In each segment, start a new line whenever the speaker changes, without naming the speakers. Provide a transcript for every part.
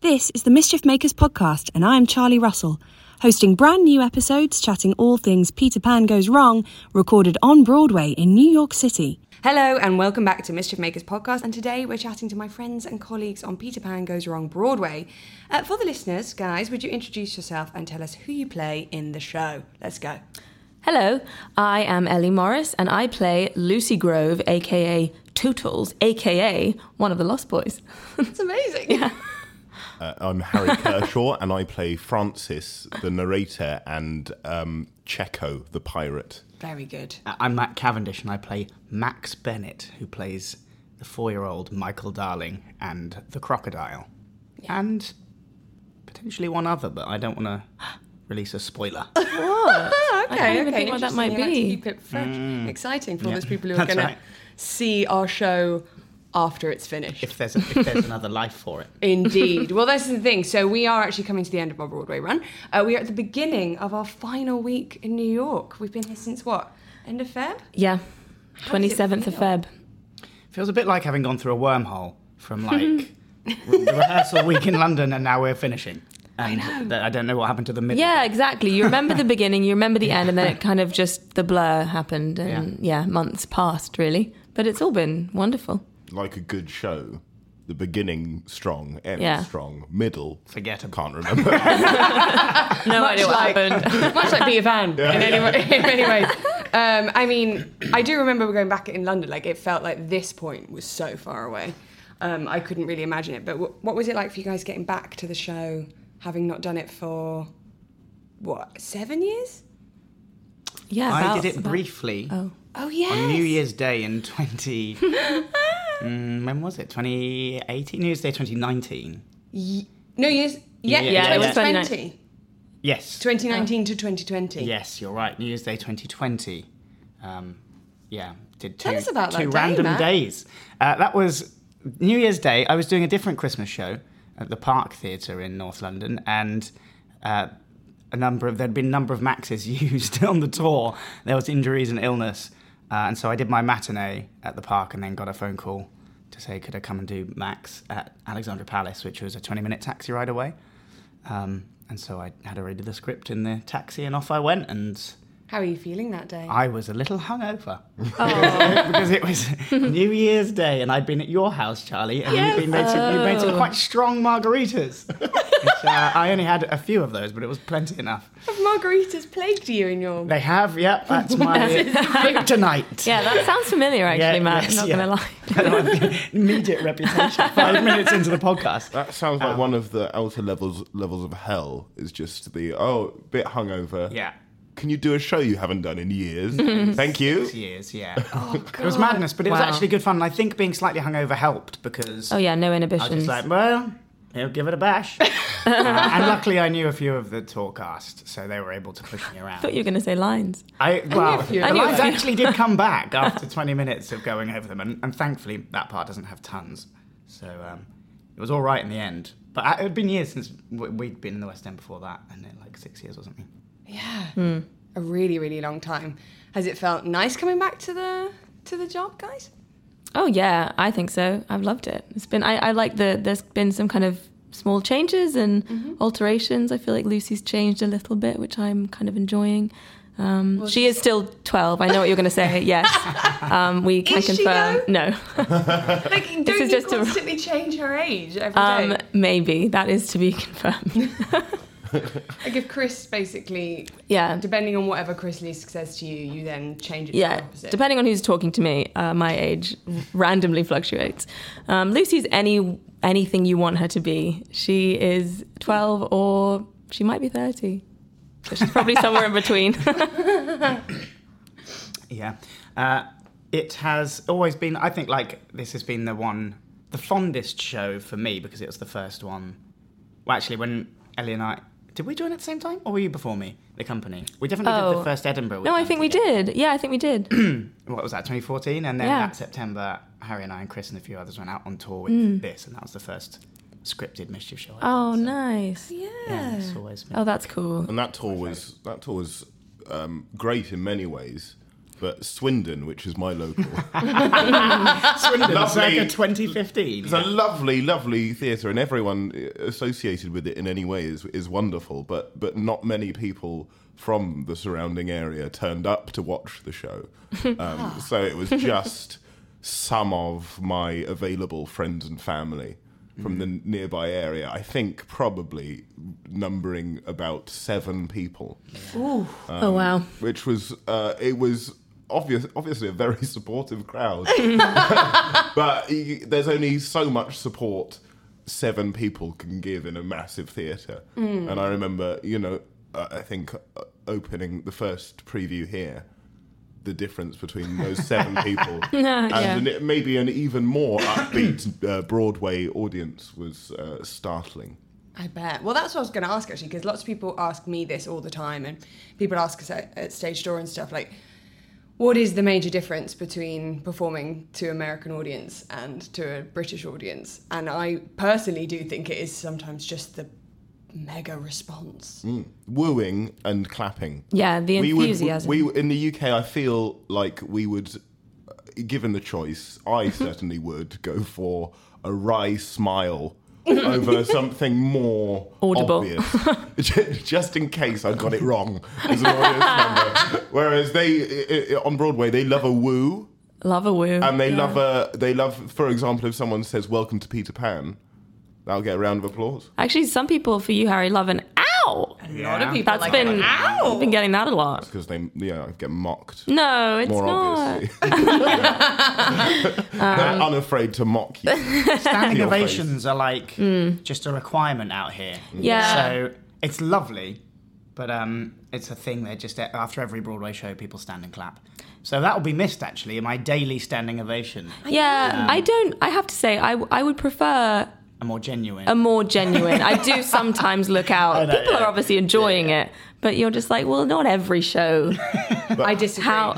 This is the Mischief Makers podcast, and I'm Charlie Russell, hosting brand new episodes chatting all things Peter Pan Goes Wrong, recorded on Broadway in New York City.
Hello and welcome back to Mischief Makers Podcast. And today we're chatting to my friends and colleagues on Peter Pan Goes Wrong Broadway. Uh, for the listeners, guys, would you introduce yourself and tell us who you play in the show? Let's go.
Hello, I am Ellie Morris and I play Lucy Grove, aka Tootles, aka one of the Lost Boys.
It's amazing. yeah.
Uh, I'm Harry Kershaw, and I play Francis, the narrator, and um, Checo, the pirate.
Very good.
I'm Matt Cavendish, and I play Max Bennett, who plays the four-year-old Michael Darling and the crocodile, and potentially one other, but I don't want to release a spoiler.
What?
Ah,
I
okay,
can't even
okay.
think what that
interesting.
might
You like to
be.
keep it fresh, exciting for all
Mm-hmm. Yeah.
those people who are
That's
going
right.
to see our show after it's finished.
if there's a, if there's another life for it,
Indeed. well, that's the thing. So we are actually coming to the end of our Broadway run. Uh, we are at the beginning of our final week in New York. We've been here since what? End of Feb?
Yeah,
does it
27th of
feel?
Feb.
feels a bit like having gone through a wormhole from like re- the rehearsal week in London, and now we're finishing. And I, know. I don't know what happened to the middle.
Yeah, exactly. You remember the beginning, you remember the end, and then it kind of just the blur happened, and yeah, months passed really. But it's all been wonderful.
Like a good show, the beginning strong, end
Yeah.
strong, middle
Forgettable.
Can't remember.
No idea what
like-
happened.
Much like Peter Pan in, any, way- in many ways. Um, I mean, I do remember going back in London. Like it felt like this point was so far away. Um, I couldn't really imagine it. But w- what was it like for you guys getting back to the show, having not done it for what seven years?
Yeah,
I
about-
did it
about-
briefly
Oh yeah.
on New Year's Day in 20. Mm, when was it? 2018? New Year's Day 2019.
No years. Yeah,
Yeah, yeah, it was
2020.
Yes.
2019 to 2020.
Yes, you're right. New Year's Day 2020. Um, yeah, did two,
Tell us about that
two
day,
random
Matt.
days. Uh, that was New Year's Day. I was doing a different Christmas show at the Park Theatre in North London, and uh, a number of there'd been a number of maxes used on the tour. There was injuries and illness, uh, and so I did my matinee at the Park, and then got a phone call to say could I come and do Max at Alexandra Palace, which was a 20-minute taxi ride away. Um, and so I had already the script in the taxi, and off I went, and
How are you feeling that day?
I was a little hungover
Oh.
because it was New Year's Day, and I'd been at your house, Charlie, and you'd been made some, you made some quite strong margaritas. Which, uh, I only had a few of those, but it was plenty enough.
Have margaritas plagued you in your?
They have, yep, that's my kryptonite.
Yeah, that sounds familiar actually,
Yeah,
Matt.
yes,
I'm not
yeah.
gonna lie.
Immediate reputation. Five minutes into the podcast.
that sounds like one of the outer levels levels of hell. Is just the oh, bit hungover.
Yeah.
Can you do a show you haven't done in years?
Mm-hmm.
Thank you.
Years, yeah.
Oh,
it was madness, but it was
Wow.
actually good fun. And I think being slightly hungover helped because
Oh yeah, no
I was
inhibitions.
just like, well, he'll give it a bash. Uh, and luckily, I knew a few of the tour cast, so they were able to push me
I thought
around.
you were gonna say lines.
I, well,
few.
the
I knew a
lines
few.
actually did come back after 20 minutes of going over them, and, and thankfully, that part doesn't have tons. So um, it was all right in the end. But I, it had been years since w- we'd been in the West End before that, and it, like six years or something.
Yeah. A really, really long time. Has it felt nice coming back to the to the job, guys?
Oh yeah, I think so. I've loved it. It's been I, I like the there's been some kind of small changes
Mm.
and
Mm-hmm.
alterations. I feel like Lucy's changed a little bit, which I'm kind of enjoying. Um, she is still 12. I know what you're going to say. Yes, um, we can
Is she
confirm.
though?
no,
Like, don't
is
you
just a-
constantly change her age every day?
um, maybe that is to be confirmed.
like if Chris basically,
yeah,
depending on whatever Chris Leask says to you, you then change it. to
yeah.
the opposite.
Depending on who's talking to me, uh, my age randomly fluctuates. Um, Lucy's any anything you want her to be. She is 12 or she might be 30. So she's probably somewhere in between.
Yeah. Uh, it has always been, I think, like, this has been the one, the fondest show for me because it was the first one. Well, actually, when Ellie and I. Did we join at the same time? Or were you before me, the company? We definitely did
Oh.
the first Edinburgh.
no, I think we did. Yeah, I think we did.
What was that, 2014? And then
Yeah.
that September, Harry and I and Chris and a few others went out on tour with this, and that was the first scripted mischief show. I
Mm. Oh, nice.
did. Yeah, it's always been.
Oh, that's cool.
And that tour was that tour was um, great in many ways, but Swindon, which is my local,
Swindon,
Lovely.
circa 2015.
it's a lovely, lovely theatre, and everyone uh, associated with it in any way is is wonderful. But but not many people from the surrounding area turned up to watch the show, um, so it was just some of my available friends and family. From the nearby area, I think probably numbering about seven people.
oh, wow.
which was uh, it was obvious, obviously a very supportive crowd, but y there's only so much support seven people can give in a massive theatre. And I remember, you know, uh, I think uh, opening the first preview here. The difference between those seven people and
yeah.
an, maybe an even more upbeat uh, Broadway audience was uh, startling.
I bet. Well, that's what I was going to ask actually, because lots of people ask me this all the time, and people ask us at, at stage door and stuff like, what is the major difference between performing to American audience and to a British audience? And I personally do think it is sometimes just the mega response.
Mm.
Wooing and clapping
Yeah, the
we would-
enthusiasm.
We, in the UK, I feel like we would, uh, given the choice, I certainly would go for a wry smile over something more
Audible.
obvious, Ju- just in case I got it wrong as an audience member. Whereas they i- i- on Broadway, they love a woo.
love a woo.
And they love a they love for example if someone says welcome to Peter Pan, that'll get a round of applause.
Actually, some people for you, Harry, love an ow.
A lot of people
That's
like
been,
ow.
I've been getting that a lot.
Because they yeah, get mocked.
No, it's
More
not.
obviously. They're unafraid to mock you.
Standing
Your face.
ovations are like just a requirement out here.
Mm. Yeah.
So it's lovely, but um, it's a thing that just after every Broadway show, people stand and clap. So that will be missed actually in my daily standing ovation. Um,
Yeah, I don't. I have to say, I, I would prefer
A more genuine.
a more genuine. I do sometimes look out. People are obviously enjoying it, but you're just like, well, not every show.
I disagree.
How-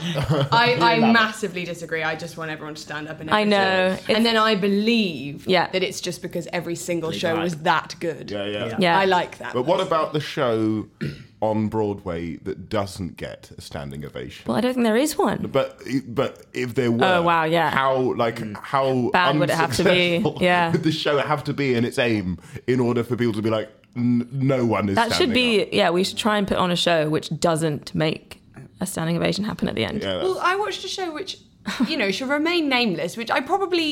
I, I massively disagree. I just want everyone to stand up and
I know.
everything.
It's-
And then I believe
Yeah.
that it's just because every single show
right.
was that good.
Yeah, yeah.
Yeah.
I like that.
But what about the show on Broadway that doesn't get a standing ovation?
Well, I don't think there is one.
but but if there were,
Oh, wow, yeah.
how like
Mm.
how
Bad would it have to be?
unsuccessful
Yeah.
would the show have to be in its aim in order for people to be like, "N- no one is
That should
standing
be.
up."
Yeah, we should try and put on a show which doesn't make a standing ovation happen at the end.
Yeah,
Well, I watched a show which, you know, shall remain nameless, which I probably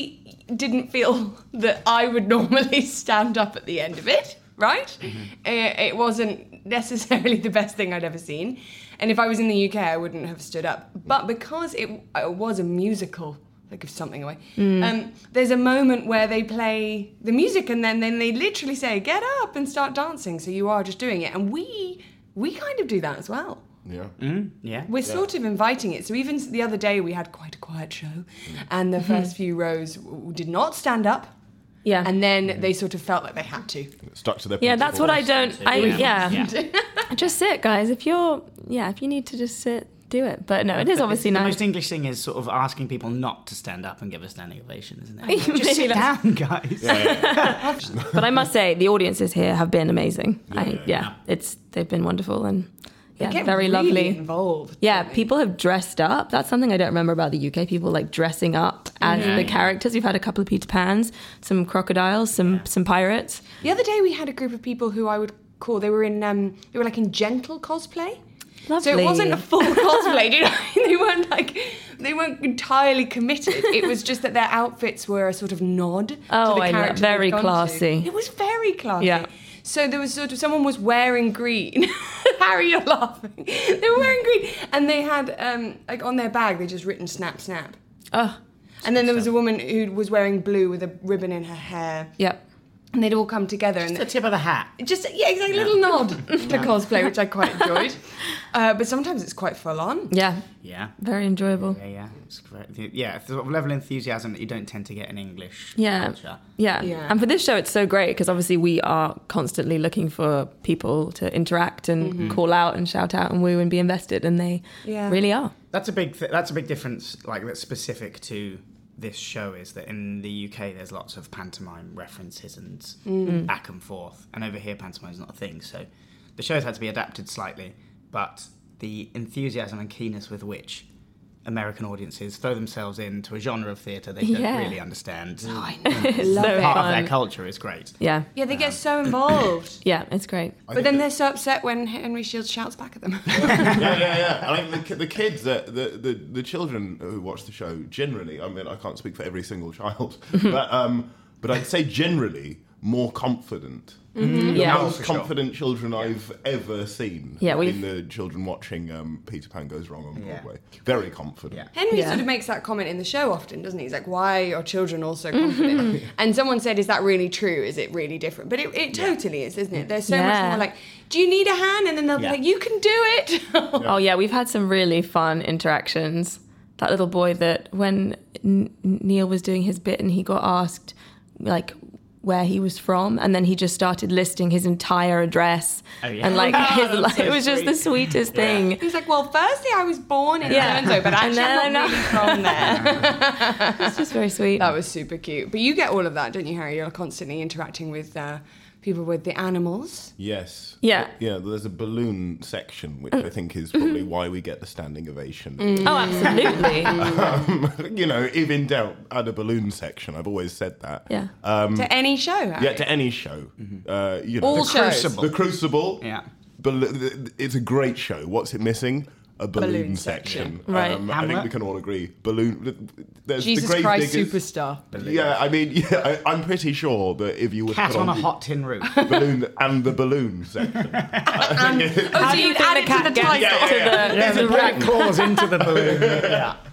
didn't feel that I would normally stand up at the end of it, right? Uh, it wasn't necessarily the best thing I'd ever seen. And if I was in the UK, I wouldn't have stood up. But because it, it was a musical, like if something away, um, there's a moment where they play the music and then, then they literally say, get up and start dancing. So you are just doing it. And we, we kind of do that as well.
yeah.
Mm-hmm.
yeah.
We're sort of inviting it. So even s- the other day, we had quite a quiet show, and the first few rows w- w- did not stand up,
Yeah.
and then they sort of felt like they had to.
stuck to their
yeah, that's what I
principles.
don't. I yeah.
Yeah.
Just sit, guys. If you're yeah, if you need to just sit, do it. But no, it is obviously
the
nice.
most English thing is sort of asking people not to stand up and give a standing ovation, isn't it?
Maybe
Just sit
that's-
down, guys.
but I must say, the audiences here have been amazing. I, yeah, it's they've been wonderful and yeah,
Get
very
really
lovely.
Involved.
Yeah, people have dressed up. That's something I don't remember about the UK. People like dressing up as the characters. We've had a couple of Peter Pans, some crocodiles, some some pirates.
The other day we had a group of people who I would call they were in um they were like in gentle cosplay. So it
Lovely.
wasn't a full cosplay, do you know? what I mean? They weren't like they weren't entirely committed. It was just that their outfits were a sort of nod
Oh,
to the
I know.
character. they'd
Very
gone to.
classy.
It was very classy.
Yeah.
So there was sort of someone was wearing green. Harry, you're laughing. They were wearing green, and they had um, like on their bag they just written snap snap.
Oh,
And then there was a woman who was wearing blue with a ribbon in her hair,
yep.
and they'd all come together. and
The tip of the hat.
just yeah, exactly. A little nod to cosplay, which I quite enjoyed. Uh, but sometimes it's quite full on.
Yeah,
Yeah.
very enjoyable.
Yeah, yeah, it's great. Yeah, it's the sort of level of enthusiasm that you don't tend to get in English
Yeah.
culture.
yeah.
Yeah.
And for this show, it's so great because obviously we are constantly looking for people to interact and
Mm-hmm.
call out and shout out and woo and be invested, and they
Yeah.
really are.
That's a big. Th- that's a big difference. Like that's specific to this show is that in the UK there's lots of pantomime references and
Mm.
back and forth, and over here pantomime's not a thing. So the show's had to be adapted slightly, but the enthusiasm and keenness with which American audiences throw themselves into a genre of theatre they don't
Yeah. Oh,
really understand.
Love so
Part of
fun.
their culture is great.
Yeah,
Yeah, they get so involved.
yeah, it's great.
but then they're so upset when Henry Shields shouts back at them.
yeah, yeah, yeah. I mean, the, ki- the kids, the, the, the, the children who watch the show, generally, I mean, I can't speak for every single child, but, um, but I'd say generally more confident.
Mm-hmm. Yeah.
The most confident children I've ever seen.
Yeah,
have
we've-
been the children watching um, Peter Pan Goes Wrong on
Yeah.
Broadway. Very confident.
Yeah.
Henry
Yeah.
sort of makes that comment in the show often, doesn't he? He's like, "Why are children all so confident?" and someone said, "Is that really true? Is it really different?" But it, it totally is, isn't it? There's so much
Yeah.
more like, "Do you need a hand?" And then they'll
Yeah.
be like, "You can do it."
Oh yeah, we've had some really fun interactions. That little boy that when N- Neil was doing his bit and he got asked like where he was from, and then he just started listing his entire address
Oh, yeah.
and like his
That's
like,
so
it was just the sweetest thing.
He's like, "Well, firstly, I was born in
Yeah.
yeah. so but
And
actually,
then
I'm not
I'm
really from there."
It's just very sweet.
That was super cute. But you get all of that, don't you, Harry? You're constantly interacting with uh, people with the animals.
Yes.
Yeah. Mm. Mm-hmm.
Yeah, there's a balloon section, which I think is probably why we get the standing ovation. Um,
Oh, absolutely.
you know, if in doubt, add a balloon section. I've always said that.
yeah.
to any show. Harry.
Um, Yeah, to any show. Uh, you know,
All
the,
shows.
Crucible.
the Crucible.
Mm-hmm. Yeah.
Bal- th- th- it's a great show. What's it missing? A balloon,
Balloon
section. Um,
Right.
I think
Hamlet.
we can all agree. Balloon. There's
Jesus
the grave
Christ
diggers.
Superstar.
Yeah, I mean, yeah, I, I'm pretty sure that if you would
Cat
put
on a
the
hot tin roof.
balloon and the balloon section,
Oh, so you
think
add
the
it
cat
to the
gets
title.
Yeah, yeah, yeah.
Yeah,
to
the
the
rat claws into the balloon. yeah.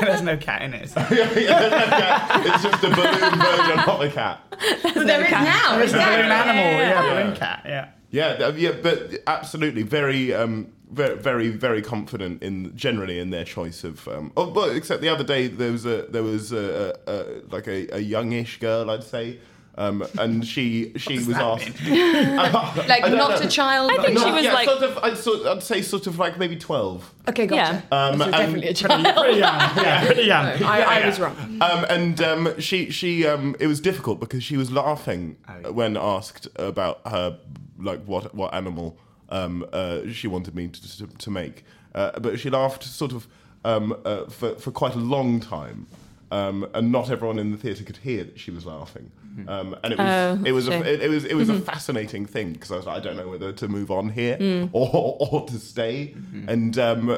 There's no cat in it. so-
Yeah, yeah, it's just a balloon version, not a cat.
But there is now.
It's a balloon
exactly.
animal, yeah, balloon cat, yeah.
Yeah, th- um, yeah, but absolutely very, um, very, very, very confident in generally in their choice of. Um, oh, well, except the other day there was a there was a, a, a like a, a youngish girl, I'd say, um, and she she was asked
Like
I don't
not
know.
a child. I
think she was
yeah,
like-
sort of, I'd, sort, I'd say sort of like maybe twelve.
Okay, gotcha.
Yeah.
Um,
Oh, so
and-
definitely a child.
Pretty young, yeah, pretty young.
I, I was wrong.
Um, and um, she, she, um, it was difficult because she was laughing
yeah.
when asked about her, like what, what animal um, uh, she wanted me to, to, to make. Uh, but she laughed sort of um, uh, for, for quite a long time. Um, and not everyone in the theatre could hear that she was laughing, um, and it was
Oh,
it was a,
shame.
it, it was it was a fascinating thing because I was like, I don't know whether to move on here or or to stay, and um,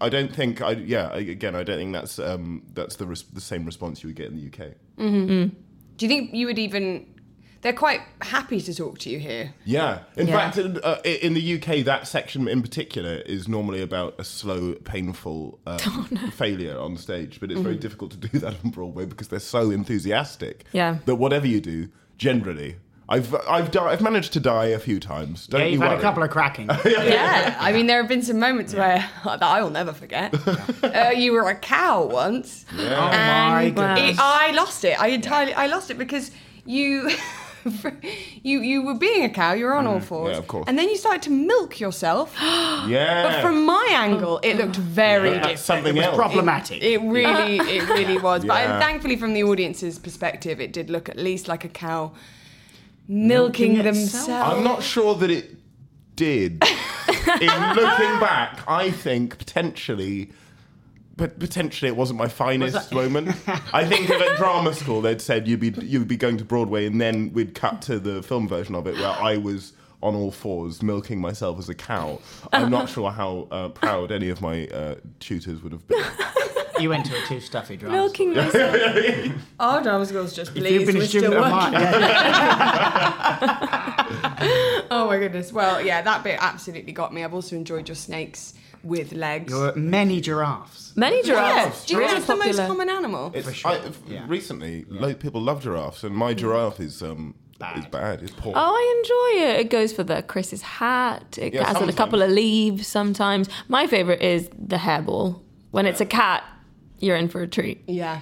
I don't think I yeah I- again I don't think that's um, that's the res- the same response you would get in the UK.
Do you think you would even? They're quite happy to talk to you here.
Yeah, in
Yeah.
fact, in, uh, in the UK, that section in particular is normally about a slow, painful um,
Oh,
failure on stage, but it's very
Mm-hmm.
difficult to do that on Broadway because they're so enthusiastic.
Yeah.
that whatever you do, generally. I've I've di- I've managed to die a few times. Don't
Yeah,
you
you've
worry.
had a couple of cracking.
Yeah, I mean, there have been some moments where that I will never forget. Uh, you were a cow once.
Oh my
wow.
goodness.
It, I lost it. I entirely I lost it because you you you were being a cow. You were on all fours.
Mm. yeah, of course.
And then you started to milk yourself.
Yeah.
But from my angle, it looked very different.
That's something else.
Problematic.
It really, it really was. But
Yeah.
I, thankfully, from the audience's perspective, it did look at least like a cow milking, themselves.
I'm not sure that it did. In looking back, I think potentially, but potentially it wasn't my finest moment. I think if at drama school they'd said you'd be you'd be going to Broadway, and then we'd cut to the film version of it where I was on all fours milking myself as a cow. I'm not sure how uh, proud any of my uh, tutors would have been.
You went to a too stuffy drama.
Milking myself.
Our drama school's just
If you've
pleased.
been a
We're still
student of
working.
mine, yeah,
Oh my goodness. Well, yeah, that bit absolutely got me. I've also enjoyed your snakes with legs.
there were many giraffes.
Many
yeah.
giraffs.
Do you know
really
it's the most
popular.
common animal?
It's,
sure,
I, f-
yeah.
Recently, lo- people love giraffes, and my giraffe is um is bad. It's poor.
Oh, I enjoy it. It goes for the Chris's hat. It
Yeah,
has a
sometimes.
couple of leaves sometimes. My favorite is the hairball. When it's a cat, you're in for a treat.
yeah.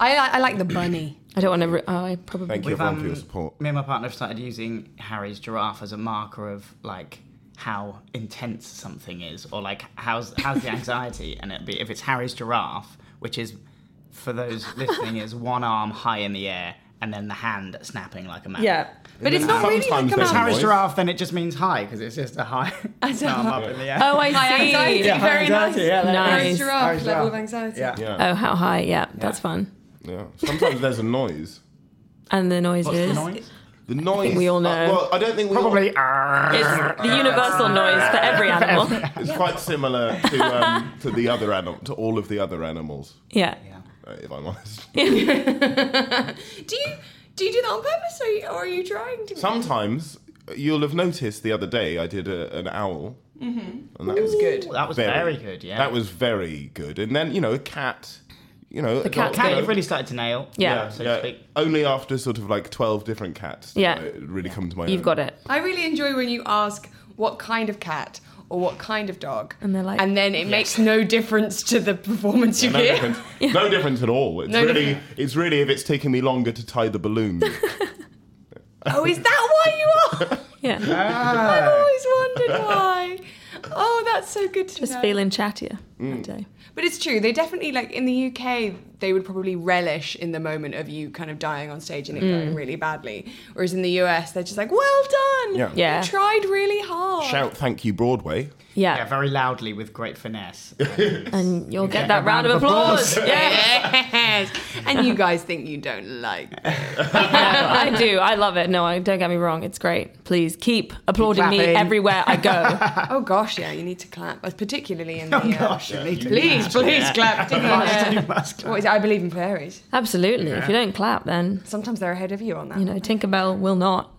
I, I, I like the bunny.
I don't want to. Re- oh, I probably.
Thank you everyone for your support.
um, Me and my partner have started using Harry's giraffe as a marker of like how intense something is, or like how's how's the anxiety. and it'd be if it's Harry's giraffe, which is for those listening, is one arm high in the air and then the hand snapping like a man.
But it's not really like
Sometimes
a
they
If
mouse.
it's Harry's
Voice.
giraffe, then it just means high because it's just a high arm up in the air.
Oh, I see.
High anxiety,
Yeah, high
very nice.
anxiety, yeah, that
Nice.
Harry's
is-
giraffe
Harry's
level of
giraffe.
anxiety.
Yeah.
Yeah.
Oh, how high? Yeah, that's fun.
Yeah. Sometimes there's a noise.
And the noises.
The noise.
we all know.
Uh, well, I don't think we
Probably. uh,
All,
It's the universal noise for every animal.
it's quite similar to um, to the other animal, to all of the other animals.
Yeah.
uh, If I'm honest.
Do you do you do that on purpose, or are you, or are you trying to?
Sometimes uh, you'll have noticed the other day I did a, an owl. Mm-hmm. And that was
good.
That was very good, yeah.
That was very good. And then you know a cat. You know the
cat's
Cat,
good.
you've really started to nail.
Yeah. Yeah,
So
yeah,
to speak.
only after sort of like twelve different cats. did
Yeah.
I really come to my.
You've
own.
got it.
I really enjoy when you ask what kind of cat or what kind of dog,
And they're like,
and then it makes no difference to the performance you
No
give.
difference. No difference at all. It's
No
really,
difference.
it's really if it's taking me longer to tie the balloon.
Oh, is that why you are?
Yeah.
I've always wondered why. Oh, that's so good to
Just
know.
feeling chattier that day.
But it's true. They definitely like in the UK, they would probably relish in the moment of you kind of dying on stage and it
Mm.
going really badly. Whereas in the US, they're just like, "Well done!
Yeah.
Yeah.
You tried really hard."
Shout thank you Broadway.
Yeah.
Yeah, very loudly with great finesse.
and you'll get that round of applause. yeah.
Yes. and you guys think you don't like
I do. I love it. No, I don't get me wrong. It's great. Please keep applauding me
clapping.
everywhere I go.
Oh gosh, yeah, you need to clap, uh, particularly in the.
Oh
uh,
gosh, you need to
Please, please clap. particularly,
You
uh,
must clap.
what is it? I believe in fairies.
Absolutely. If you don't clap, then
Sometimes they're ahead of you on that.
you know Tinkerbell will not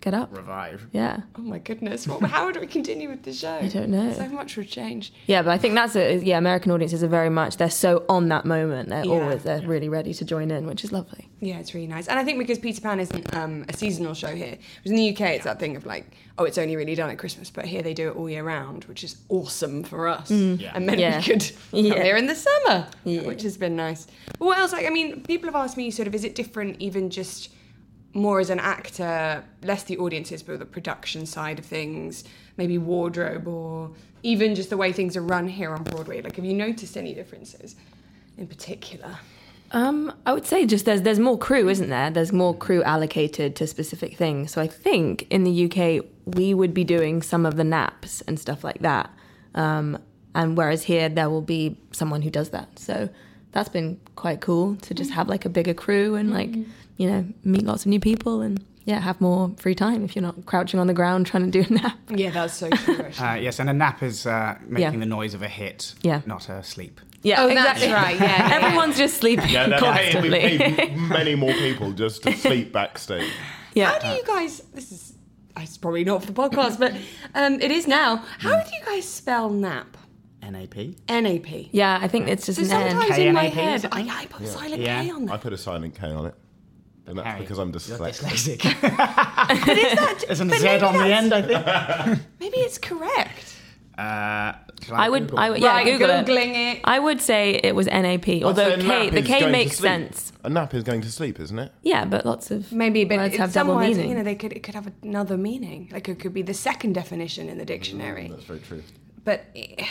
get up.
Revive.
Yeah.
Oh my goodness, what, how do we continue with the show? I
don't know.
So much would change.
Yeah, but I think that's it. Yeah, American audiences are very much. They're so on that moment. They're
Yeah.
always. They're really ready to join in, which is lovely.
Yeah, it's really nice. And I think because Peter Pan isn't um, a seasonal show here, because in the UK it's that thing of like, oh, it's only really done at Christmas, but here they do it all year round, which is awesome for us. And meant
Yeah.
we could come
Yeah.
here in the summer, which has been nice. But what else? Like, I mean, people have asked me sort of, is it different even just more as an actor, less the audiences, but the production side of things, maybe wardrobe or even just the way things are run here on Broadway? Like, have you noticed any differences in particular?
Um, I would say just there's there's more crew, isn't there? There's more crew allocated to specific things. So I think in the UK we would be doing some of the naps and stuff like that. Um, and whereas here there will be someone who does that. So that's been quite cool to just have like a bigger crew and like
Mm-hmm.
you know meet lots of new people and yeah have more free time if you're not crouching on the ground trying to do a nap.
Yeah, that's so true. actually.
Uh, yes, and a nap is uh, making
Yeah.
the noise of a hit,
Yeah.
not a sleep.
Yeah,
Oh, that's right, yeah, yeah, yeah.
everyone's just sleeping
Yeah, that, hey, we
constantly.
paid many more people just to sleep backstage.
yeah.
How do you guys? This is it's probably not for the podcast, but um, it is now. How do you guys spell nap?
NAP.
N A P.
yeah, I think it's just
So
an end.
sometimes in my
K-N-A-P,
head, I,
something?
I put silent
Yeah.
K on
I
that.
put a silent K on it, and that's
Harry,
because I'm
You're
dyslexic.
dyslexic.
But is that?
There's an
but
Z
maybe
on the
that's-
end, I think.
Maybe it's correct.
Uh, Shall
I would,
Google?
I would, yeah,
Right,
Google it.
Googling it.
I would say it was NAP, although
I'd say a
K,
nap
the
is
K
going to
makes
sleep.
sense.
A nap is going to sleep, isn't it?
Yeah, but lots of
Maybe, but
words
it,
have
some
double
words,
meaning.
you know, they could it could have another meaning. Like it could be the second definition in the dictionary.
Mm.
That's very true.
But eh,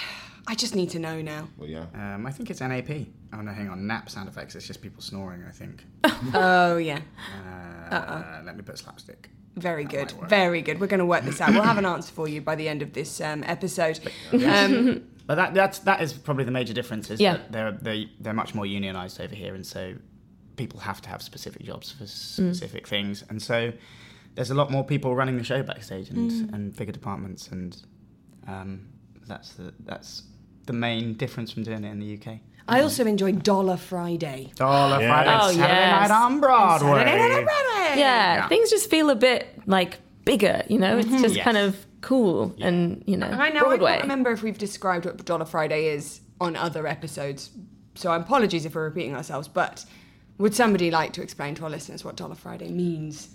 I just need to know now.
Well, yeah.
Um, I think it's NAP. Oh no, hang on. Nap sound effects. It's just people snoring. I think.
Oh yeah,
Uh, let me put slapstick.
very good, very good. We're going to work this out. We'll have an answer for you by the end of this um, episode. Um,
But that that's that is probably the major difference. Is
Yeah.
that they're they, they're much more unionised over here, and so people have to have specific jobs for specific things, and so there's a lot more people running the show backstage and and bigger departments, and um, that's the that's the main difference from doing it in the UK.
I also enjoy Dollar Friday.
Dollar Friday,
Oh,
Saturday
yes.
night on Broadway.
Saturday Night on Broadway.
yeah, things just feel a bit like bigger, you know? It's
Mm-hmm.
just
Yes.
kind of cool and, you know,
I know I
Broadway.
can't remember if we've described what Dollar Friday is on other episodes, so apologies if we're repeating ourselves. But would somebody like to explain to our listeners what Dollar Friday means?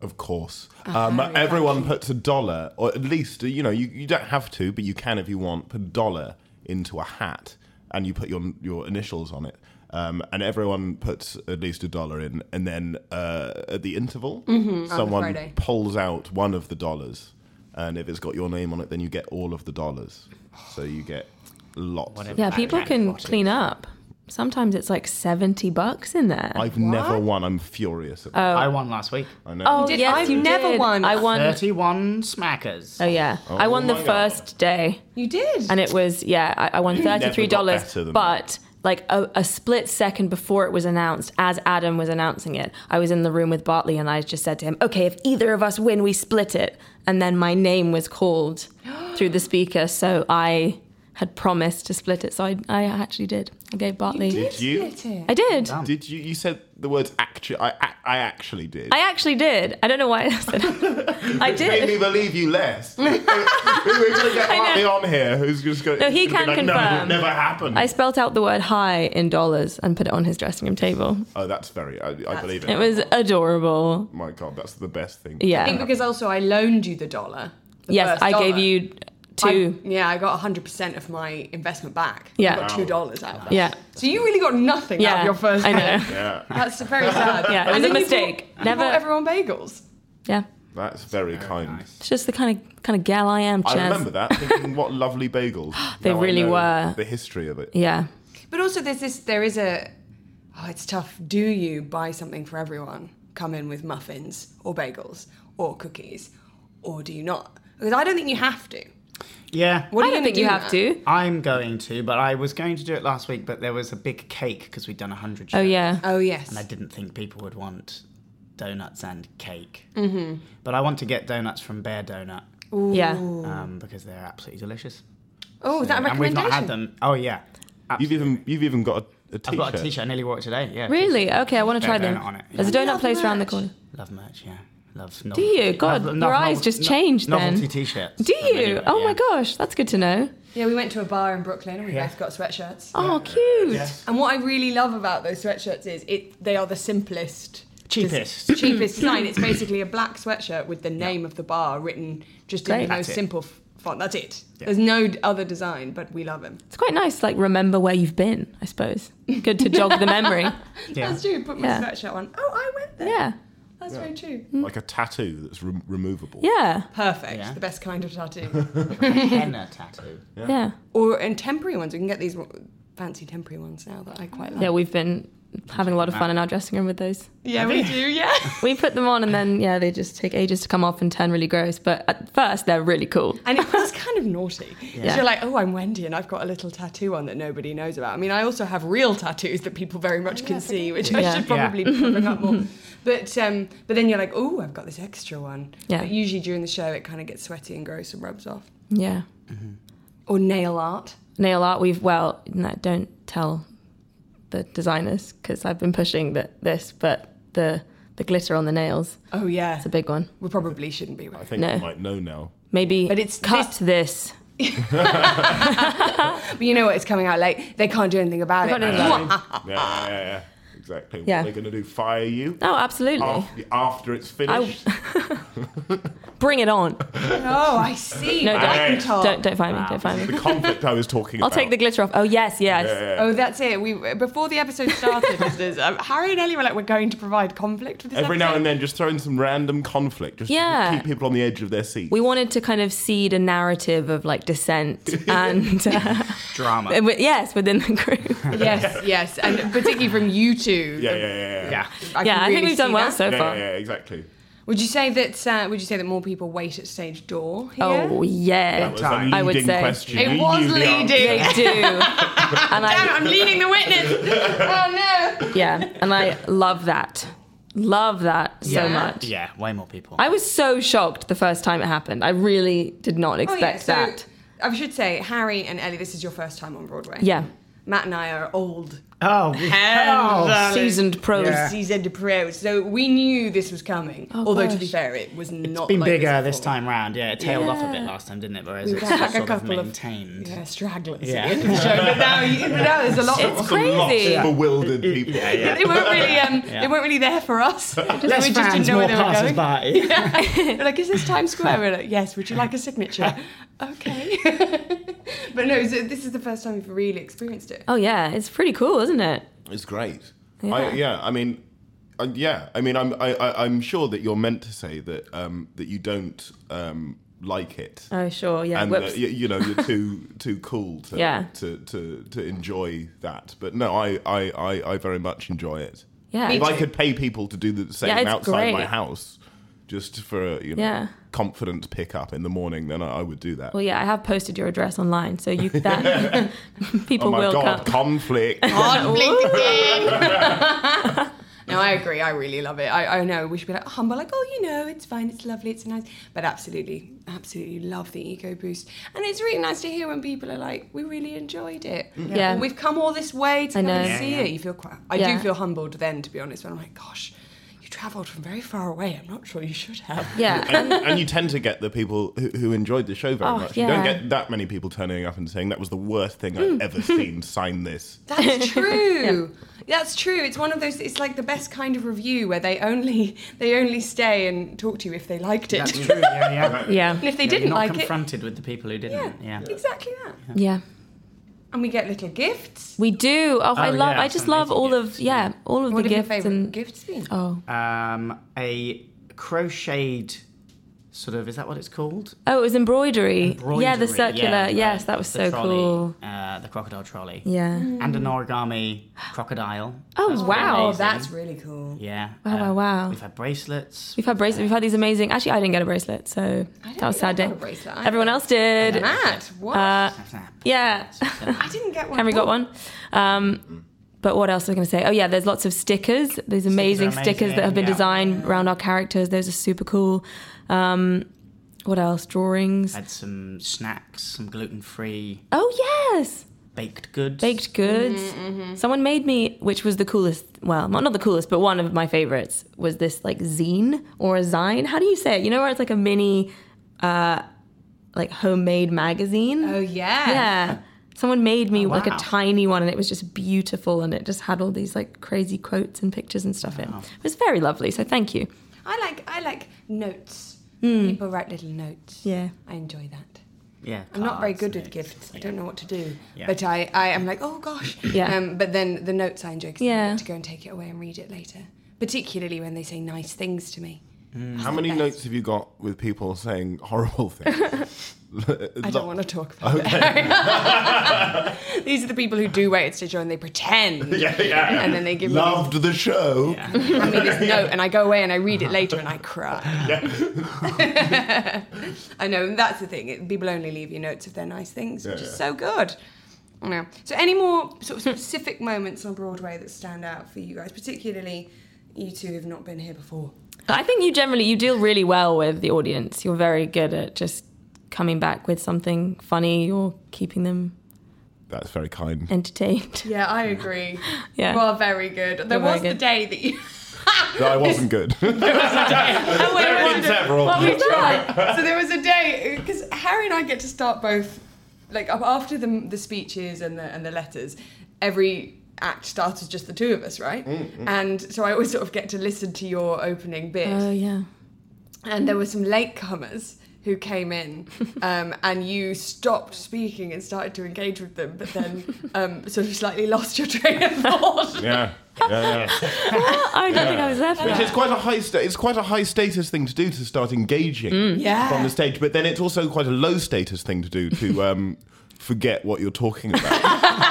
Of course. Um, everyone puts a dollar, or at least, you know, you, you don't have to, but you can if you want, put a dollar into a hat and you put your, your initials on it. Um, and everyone puts at least a dollar in. And then uh, at the interval,
Friday.
someone pulls out one of the dollars. And if it's got your name on it, then you get all of the dollars. So you get lots. of-
yeah, people can clean up. Sometimes it's like 70 bucks in there.
I've never won. I'm furious at
I won last week.
I know.
oh,
did-
yes,
I've
you
never
did.
won.
I won.
Thirty-one smackers.
Oh, yeah. I won the
my God.
first day.
You did.
and it was yeah i, I won
never got better
$33
than
but like a, a split second before it was announced as adam was announcing it i was in the room with bartley and i just said to him okay if either of us win we split it and then my name was called through the speaker so i had promised to split it so i, I actually did i gave bartley
did you?
i did
Did you? You said the words actually. I, I, I actually did.
i actually did i don't know why i said i
made me
did
believe you less. we were going to get Hartley on here, who's just going.
No, he
gonna be
can
like,
confirm.
No, it never happened.
i spelt out the word hi in dollars and put it on his dressing room table
oh, that's very. I, I believe it.
it was adorable
My God, that's the best thing.
Yeah.
I think because also I loaned you the dollar. the
yes
first
i gave
dollar.
you
I-
two
yeah, I got 100% of my investment back.
Yeah.
I got $2 out of that.
Yeah.
So you really got nothing out
Yeah.
of your first
I
day.
know.
Yeah,
That's very sad.
Yeah, it was
And
a
then you
mistake.
bought- you
Never-
bought everyone bagels.
Yeah.
that's very kind.
It's just the kind of kind of gal I am, Chaz.
I remember that. Thinking, what lovely bagels.
They
Now I
really
know
were.
The history of it.
Yeah.
But also, there's this. There is a. Oh, it's tough. Do you buy something for everyone? Come in with muffins or bagels or cookies, or do you not? Because I don't think you have to.
Yeah.
What are
I
you
don't
gonna
think you
do
have
now?
to.
I'm going to, but I was going to do it last week, but there was a big cake because we'd done 100 shows.
Oh yeah.
Oh yes.
And I didn't think people would want donuts and cake. Mm-hmm. But I want to get donuts from Bear Donut
Yeah.
um, because they're absolutely delicious.
oh, is that a
and we've
recommendation?
not had them. Oh, yeah.
You've even you've even got a, a
I've
t-shirt.
got a t shirt I nearly wore it today. Yeah. 'cause
Really? Okay, I want to
Bear
try them.
donut on it.
There's a
I love
donut place around the
merch.
corner.
Love merch, yeah. Love
Do you? God,
Love-
your
love-
eyes
love-
just
no-
changed then.
Novelty t shirts.
Do you? Oh my gosh, that's good to know.
Yeah, we went to a bar in Brooklyn and we
Yeah.
both got sweatshirts.
Oh, cute.
And what I really love about those sweatshirts is it they are the simplest
Cheapest.
des- cheapest design. It's basically a black sweatshirt with the name of the bar written just in
Great.
the
That's
most
it.
simple f- font. That's it. There's no d- other design, but we love them.
It's quite nice to, like remember where you've been, I suppose. Good to jog the memory.
Yeah.
That's true. Put my
Yeah.
sweatshirt on. Oh, I went there.
Yeah. Mm.
That's very true.
Like a tattoo that's re- removable.
Yeah.
Perfect.
Yeah.
The best kind of tattoo.
Henna tattoo.
Yeah.
or and temporary ones. We can get these w- fancy temporary ones now that I quite like.
Yeah, we've been having a lot of fun in our dressing room with those.
Yeah, we do. Yeah.
We put them on and then yeah, they just take ages to come off and turn really gross, but at first they're really cool.
And it feels kind of naughty. 'Cause
Yeah.
You're like, oh, I'm Wendy, and I've got a little tattoo on that nobody knows about. I mean, I also have real tattoos that people very much can see, which I
Yeah.
should
Yeah.
probably be covering up more. But um, but then you're like, oh, I've got this extra one.
Yeah.
But usually during the show, it kind of gets sweaty and gross and rubs off.
Yeah.
Or nail art.
nail art we've well no, don't tell the designers because i've been pushing that this but the the glitter on the nails
Oh yeah,
it's a big one
We probably shouldn't be.
I think
No.
you might know now.
maybe
But it's
cut
this-
this,
But you know what? It's coming out late. They can't do anything about
They
it.
can't do anything
Yeah, yeah, yeah, yeah. exactly.
Yeah.
What are they going to do? Fire you?
oh absolutely
After, after it's finished?
Bring it on.
Oh, I see.
No,
Right.
don't, don't, don't find me. Don't find
the
me.
conflict I was talking
I'll
about.
take the glitter off. Oh, yes, yes.
Oh, that's it. We before the episode started, listeners, um, Harry and Ellie were like, "We're going to provide conflict with this."
Every now
episode."
and then, just throw in some random conflict, just
Yeah.
to keep people on the edge of their seat.
We wanted to kind of seed a narrative of like dissent and uh,
Drama.
and wi- yes, within the group.
Yes, yes, and particularly from you two.
yeah, yeah, yeah, yeah,
I
yeah.
yeah,
can
I think
really
we've done
see
well
that.
so
yeah,
far.
yeah, yeah, exactly.
Would you say that? Uh, would you say that more people wait at stage door? Here?
Oh yeah,
That was
Time.
a
I would
leading
say.
question.
It
You
was
knew the answer.
leading.
they do. And
Damn it,
I
I'm leading the witness. oh no.
yeah, and I love that, love that so much.
Yeah, way more people.
I was so shocked the first time it happened. I really did not
Oh, yeah,
expect
so
that.
I should say, Harry and Ellie, this is your first time on Broadway.
Yeah,
Matt and I are old,
oh,
Hell.
seasoned pros.
Yeah.
seasoned pros, so we knew this was coming. Although to be
gosh.
fair, it was not.
it's been
like
bigger
this
this
before.
time round. Yeah, it tailed off a bit last time, didn't it? Whereas it's
had like
just
a
sort of
couple of-
maintained.
Yeah, stragglers.
Yeah.
At the end of the show, but now, you- but now there's a lot.
It's
more.
Lots and lots
Crazy.
of bewildered people.
They weren't really. Um,
Yeah.
They weren't really there for us. Just,
Less
we just
fans,
didn't know
more
where they were
passers
going.
by.
We're like, is this Times Square? We're like, yes. Would you like a signature? okay. but no, so this is the first time we've really experienced it.
Oh yeah, it's pretty cool, isn't it?
It's great. Yeah. I, yeah, I mean, I, yeah, I mean, I'm I, I, I'm sure that you're meant to say that um, that you don't um, like it,
Oh sure, yeah.
and uh,
Whoops.
that you, you know you're too too cool to,
Yeah.
to to to enjoy that. But no, I I, I, I very much enjoy it.
Yeah.
if I could pay people to do the same
Yeah, it's
outside my
great.
house, just for a, you know
Yeah.
confident pickup in the morning, then I, I would do that.
Well, yeah, I have posted your address online, so you that people
oh my
will
god,
come.
conflict!
No, I agree. I really love it. I, I know we should be like humble, like oh, you know, it's fine, it's lovely, it's nice. But absolutely, absolutely love the ego boost, and it's really nice to hear when people are like, we really enjoyed it.
Yeah.
Or, we've come all this way to
Mm-hmm. I
come and
know.
see it. You feel quite. I
Yeah.
do feel humbled then, to be honest. When I'm like, gosh, you travelled from very far away. I'm not sure you should have.
Yeah,
and, and you tend to get the people who, who enjoyed the show very
Oh,
much. You don't
yeah. Hmm.
get that many people turning up and saying that was the worst thing I've ever seen. Sign this.
That's true. That's true. It's one of those. It's like the best kind of review where they only they only stay and talk to you if they liked it.
That's true. Yeah, yeah.
yeah,
And if they
Yeah,
didn't
you're not
like it,
confronted with the people who
yeah,
didn't. Yeah.
exactly that.
yeah.
And we get little gifts.
We do. Oh, I
Oh,
love.
yeah,
I just
some
love
amazing
all of
gifts,
yeah, all of
What
the
have your
gifts
favourite
and
gifts been?
oh
Um, a crocheted sort of is that what it's called?
oh, it was embroidery. yeah, the
Embroidery,
circular.
yeah,
yes,
right.
that was
The
so
trolley,
cool.
Uh, the crocodile trolley.
Yeah.
Mm.
And an origami crocodile.
Oh,
That's
wow.
amazing.
that's really cool.
Yeah. um,
Wow, wow, wow.
We've had bracelets.
We've had bracelets. We've had these amazing. Actually, I didn't get a bracelet, so that was a
think
sad
I
day.
got a bracelet either.
Everyone else did.
Matt, what?
Uh, yeah.
I didn't get one.
Henry got one. Um, but what else was I going to say? Oh yeah, there's lots of stickers. These amazing, stickers that have been
amazing,
designed around our characters. Those are super cool. Um, what else? Drawings.
Had some snacks, some gluten free
Oh yes,
baked goods.
baked goods.
Mm-hmm,
Someone made me, which was the coolest. Well, not not the coolest, but one of my favorites was this like zine or a zine. How do you say it? You know where it's like a mini, uh, like homemade magazine.
Oh yeah. Oh,
Yeah. Someone made me like a
wow.
tiny one and it was just beautiful and it just had all these like crazy quotes and pictures and stuff in. It was very lovely, so thank you.
I like I like notes. People write little notes.
Hmm. Yeah.
I enjoy that.
Yeah.
I'm not very
cards,
good with
notes.
gifts. I
Yeah.
don't know what to do.
Yeah.
But I, I am like, oh gosh.
Yeah.
Um, but then the notes I enjoy 'cause I
Yeah.
get to go and take it away and read it later. Particularly when they say nice things to me.
How many notes have you got with people saying horrible things?
I don't want to talk about it. These are the people who do wait at stage door and they pretend.
Yeah, yeah.
And then they give me this-
Loved the show.
I mean, this note, and I go away and I read it later and I cry. I know, and that's the thing. It, people only leave you notes if they're nice things, which is
yeah.
so good. I know. So, any more sort of specific moments on Broadway that stand out for you guys, particularly you two have not been here before?
But I think you generally you deal really well with the audience. You're very good at just coming back with something funny or keeping them
That's very kind.
entertained.
Yeah, I agree.
Yeah.
You are very good. There
very
was the
good.
day that you.
No, I wasn't good.
Oh, wait,
There have
I
been
wonder-
several.
Well, we tried. so there was a day because Harry and I get to start both, like up after the the speeches and the and the letters, every act starts as just the
Uh,
two of us, right? And so I always sort of get to listen to your opening bit.
Oh yeah.
and there were some latecomers who came in, um, and you stopped speaking and started to engage with them, but then um, sort of slightly lost your train of thought.
Yeah. Yeah, yeah.
I don't think I was there for
Which is
that.
quite a high sta- it's quite a high status thing to do to start engaging
Mm.
on the stage, but then it's also quite a low status thing to do to um, forget what you're talking about.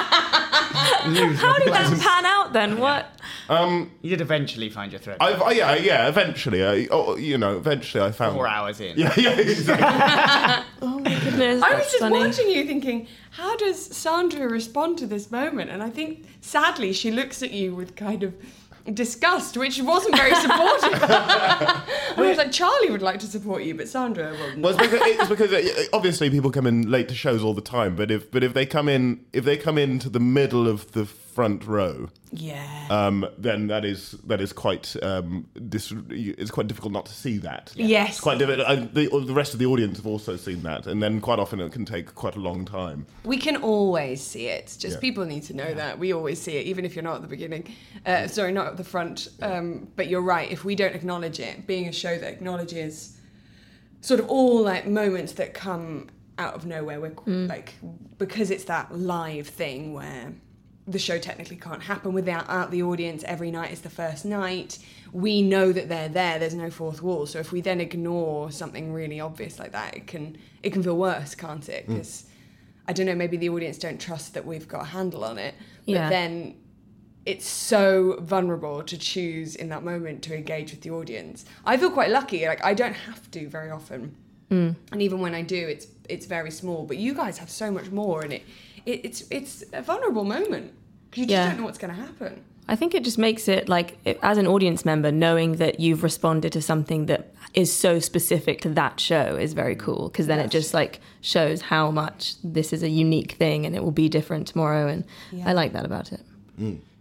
How did that pan out then? What?
You did eventually find your thread.
I, I, yeah, yeah. Eventually, I, oh, you know, eventually I found
Four hours in.
Yeah, yeah, exactly.
Goodness,
I was
that's
just
funny.
watching you thinking, how does Sandra respond to this moment? And I think, sadly, she looks at you with kind of disgust, which wasn't very supportive. I was like, Charlie would like to support you, but Sandra wouldn't.
Well, it's because, it's because uh, obviously people come in late to shows all the time, but if but if they come in if they come into the middle of the front row,
yeah.
um, then that is that is quite um, dis- it's quite difficult not to see that.
Yes.
it's quite difficult. And the, the rest of the audience have also seen that, and then quite often it can take quite a long time.
We can always see it. Just
Yeah.
people need to know that we always see it, even if you're not at the beginning. Uh, sorry, not at the front. Um, but you're right. If we don't acknowledge it, being a show that acknowledges sort of all like moments that come out of nowhere, we're qu like because it's that live thing where the show technically can't happen without out the audience. Every night is the first night. We know that they're there. There's no fourth wall. So if we then ignore something really obvious like that, it can it can feel worse, can't it? 'Cause I don't know, maybe the audience don't trust that we've got a handle on it. But
Yeah.
then it's so vulnerable to choose in that moment to engage with the audience. I feel quite lucky. Like I don't have to very often.
Hmm.
And even when I do, it's it's very small. But you guys have so much more and it, it it's it's a vulnerable moment. 'Cause You just
Yeah.
don't know what's gonna happen.
I think it just makes it like, it, as an audience member, knowing that you've responded to something that is so specific to that show is very cool because then it just like shows how much this is a unique thing and it will be different tomorrow. And I like that about it.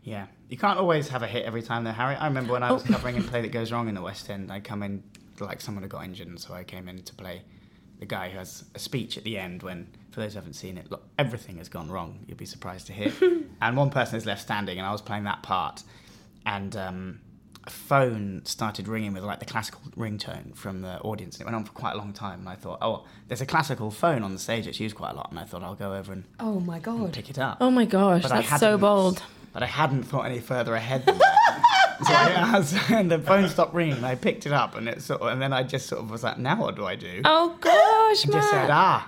Yeah. You can't always have a hit every time though, Harry. I remember when I was covering a play that goes wrong in the West End, I'd come in like someone had got injured and so I came in to play the guy who has a speech at the end when for those who haven't seen it, look, everything has gone wrong, you'll be surprised to hear. and one person is left standing and I was playing that part and um a phone started ringing with like the classical ringtone from the audience and it went on for quite a long time and I thought, oh, there's a classical phone on the stage that's used quite a lot and I thought I'll go over and
Oh my god.
pick it up.
Oh my gosh,
But I
that's so
hadn't-
bold.
But I hadn't thought any further ahead than that. so I, as- and the phone stopped ringing. and I picked it up, and it sort of, and then I just sort of was like, now what do I do?
Oh gosh,
and just said,
man.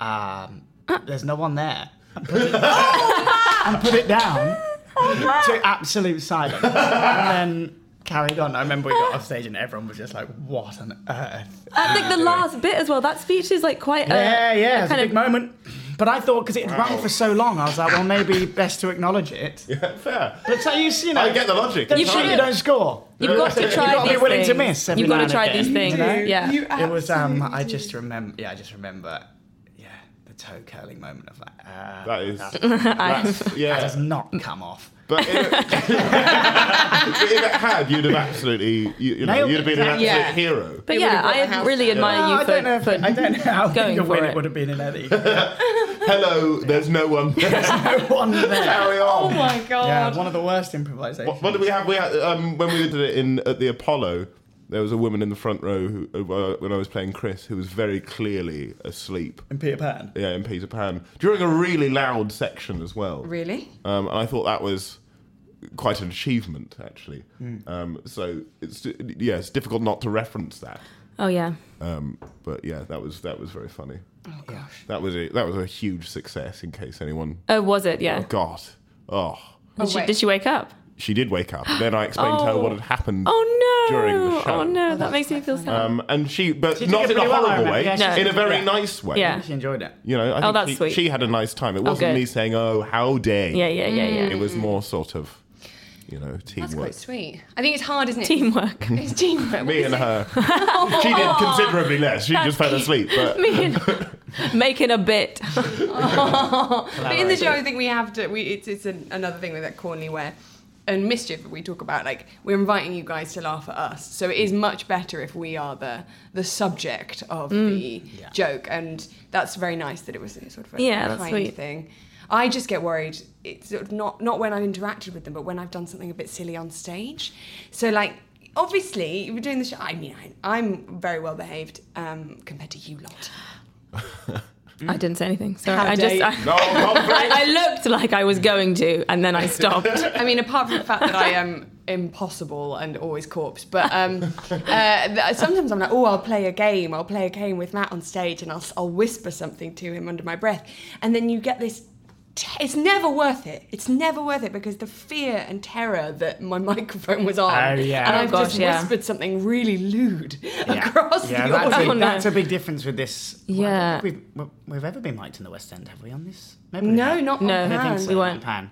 ah, um,
Ah.
there's no one there. And put it, and put it down
Oh,
to absolute silence, and then carried on. I remember we got off stage, and everyone was just like, what on earth?
That's like the last bit as well. That speech is like quite a,
Yeah, yeah,
a
it's a
kind
big
of
moment. Uh, But I thought because it had run for so long, I was like, well, maybe best to acknowledge it.
Yeah, fair.
But so you, you know,
I get the logic.
That's
You've
why
got
you
to-
don't score.
You've got to
You've
try
got to be
these
willing to
things.
miss. every
You've got to
now and
try
again.
these things.
You know?
Yeah.
You
It was. Um,
absolutely
I
do.
just remember. Yeah, I just remember. Yeah, the toe curling moment of like. Uh,
That is, that's-
that does
yeah.
not come off.
But if, but if it had, you'd have absolutely, you, you know,
Nailed
you'd have
it.
been an absolute
Yeah.
hero.
But yeah,
brought the
I
house
really admire
Oh,
you
I
for,
don't know. If,
for
I don't know how
going
big a
for
win it.
it.
would have been in Eddie. There's
Hello, there's no one. there.
no one there.
Carry on.
Oh my god.
Yeah, one of the worst improvisations.
What, what did we have? We had um, when we did it in at the Apollo. There was a woman in the front row who, uh, when I was playing Chris, who was very clearly asleep.
in Peter Pan.
Yeah, in Peter Pan during a really loud section as well.
Really?
Um, and I thought that was quite an achievement actually. Um, so it's yeah, it's difficult not to reference that.
Oh yeah.
Um, but yeah, that was that was very funny. Oh gosh, that was a, that was a huge success. In case anyone,
Oh, was it? Yeah.
God, oh.
Did, she, did she wake up?
She did wake up. Then I explained to her
Oh.
what had happened
Oh no.
during the show.
Oh no, that makes me feel sad.
Um, and she, but
took
not
it
in a
pretty well, I
horrible
remember.
way,
Yeah, she
No.
in
took
a
it-
very
yeah.
nice way.
Yeah. Oh,
She enjoyed it.
You know, I think
that's
she,
sweet.
she had a nice time. It wasn't
good.
me saying, "Oh, how dare." you."
yeah, yeah, yeah, yeah.
It was more sort of, you know,
That's
teamwork.
quite sweet. I think it's hard, isn't it?
Teamwork.
It's teamwork.
Me and her. she did considerably less. She just fell asleep. But
Me and- making a bit.
But in the show, I think we have to. We, it's it's an, another thing with that Cornley where, and mischief we talk about like we're inviting you guys to laugh at us. So it is much better if we are the the subject of
Mm.
the joke, and that's very nice that it was sort of a
Yeah, that's
kind
sweet.
thing. I just get worried. It's sort of not not when I've interacted with them, but when I've done something a bit silly on stage. So like. obviously, you were doing the show. I mean, I, I'm very well behaved um, compared to you lot.
I didn't say anything. Sorry,
How
I just
dare
I,
No, conflict.
I, I looked like I was going to, and then I stopped.
I mean, apart from the fact that I am impossible and always corpse, but um, uh, th- sometimes I'm like, oh, I'll play a game. I'll play a game with Matt on stage, and I'll s- I'll whisper something to him under my breath, and then you get this. T- it's never worth it. It's never worth it because the fear and terror that my microphone was on,
Oh, yeah.
and
Oh,
I've
gosh,
just
yeah.
whispered something really lewd
Yeah.
across
yeah,
the
that's,
audience.
a,
Oh, no.
that's a big difference with this. well, I
Yeah.
don't think we've, we've ever been mic'd in the West End, have we, on this? Maybe we
No,
have.
not
No,
on
I don't
pan.
think so,
we weren't.
not Pan.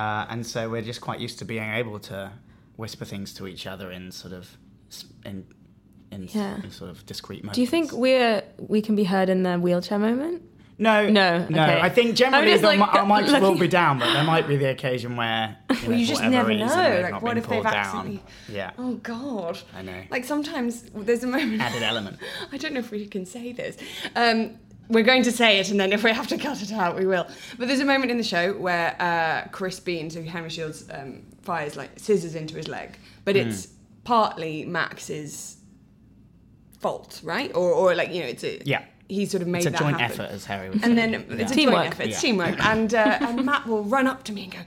Uh, and so we're just quite used to being able to whisper things to each other in sort of s- in in, s-
Yeah.
in sort of discreet moments.
Do you think we're we can be heard in the wheelchair moment?
No,
No,
no.
okay.
I think generally
I'm just
the,
like-
mi- our mics will
looking-
be down, but there might be the occasion where you, know,
you just
for whatever
never
reason,
know.
they've
Like,
not
what
been
if they've
pulled down.
accidentally-
Yeah,
Oh God!
I know.
Like sometimes there's a moment.
added element.
I don't know if we can say this. Um, we're going to say it, and then if we have to cut it out, we will. But there's a moment in the show where uh, Chris Bean, so Henry Shields, um, fires like scissors into his leg,
Hmm.
but it's partly Max's fault, right? Or, or like you know, it's a
Yeah.
He sort of made
It's a
that
joint
happen.
effort, as Harry would
And
say.
then it's a
Yeah.
teamwork.
Teamwork.
joint effort. It's
Yeah.
teamwork. And uh, and Matt will run up to me and go,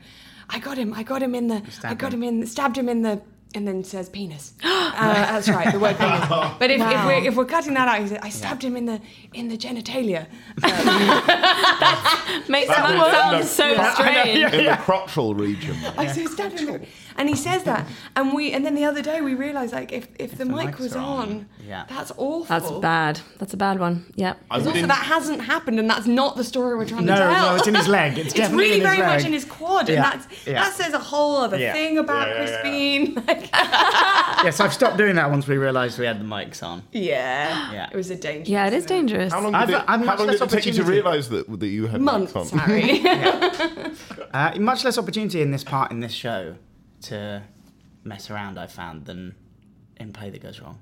"I got him! I got him in the! I
stabbed
got
him.
him in! Stabbed him in the!" And then says penis. uh, that's right, the word penis. But if, if, we're, if we're cutting that out, he said, I stabbed him in the in the genitalia.
Makes that,
would-
sound
no.
so
Yeah,
strange.
in the crotchal region.
I said, stabbed him. in the-" And he says that, and we and then the other day we realised like if, if, the, mic
mics
was
are on,
on,
yeah.
that's awful.
That's bad. That's a bad one. Yep.
I
Also,
wouldn't-
that hasn't happened, and that's not the story we're trying
No,
to tell.
no, it's in his leg. It's definitely
really
in his
very
leg.
much in his quad,
Yeah,
and that's
yeah.
that says a whole other
Yeah.
thing about
Yeah, yeah,
Chris
yeah.
Bean. Like,
yes, I've stopped doing that once we realised we had the mics on.
yeah.
Yeah.
it was a danger.
Yeah, it is dangerous.
How long
I've-
did it,
I'm
how
much
long
less
did it take you to
opportunity.
realise that, that you had
Months,
mics on?
Harry.
Uh, much less opportunity in this part in this show to mess around, I found, than in Play That Goes Wrong.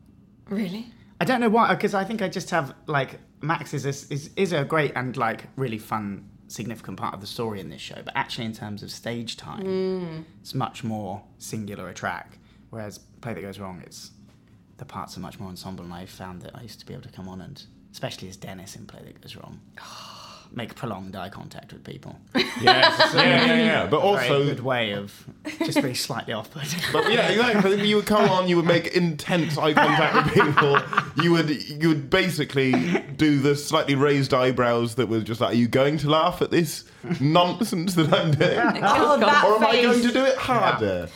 really?
I don't know why, because I think I just have like Max is, is is is a great and like really fun, significant part of the story in this show. But actually, in terms of stage time, it's much more singular a track. Whereas Play That Goes Wrong, it's the parts are much more ensemble, and I found that I used to be able to come on and, especially as Dennis in Play That Goes Wrong, make prolonged eye contact with people.
Yes, yeah, yeah, yeah, yeah. But
Very
also,
good way of just being slightly off-putting.
But yeah, exactly. You would come on, you would make intense eye contact with people. You would you would basically do the slightly raised eyebrows that were just like, are you going to laugh at this nonsense that I'm doing?
Oh, that
Or am I
face.
going to do it harder?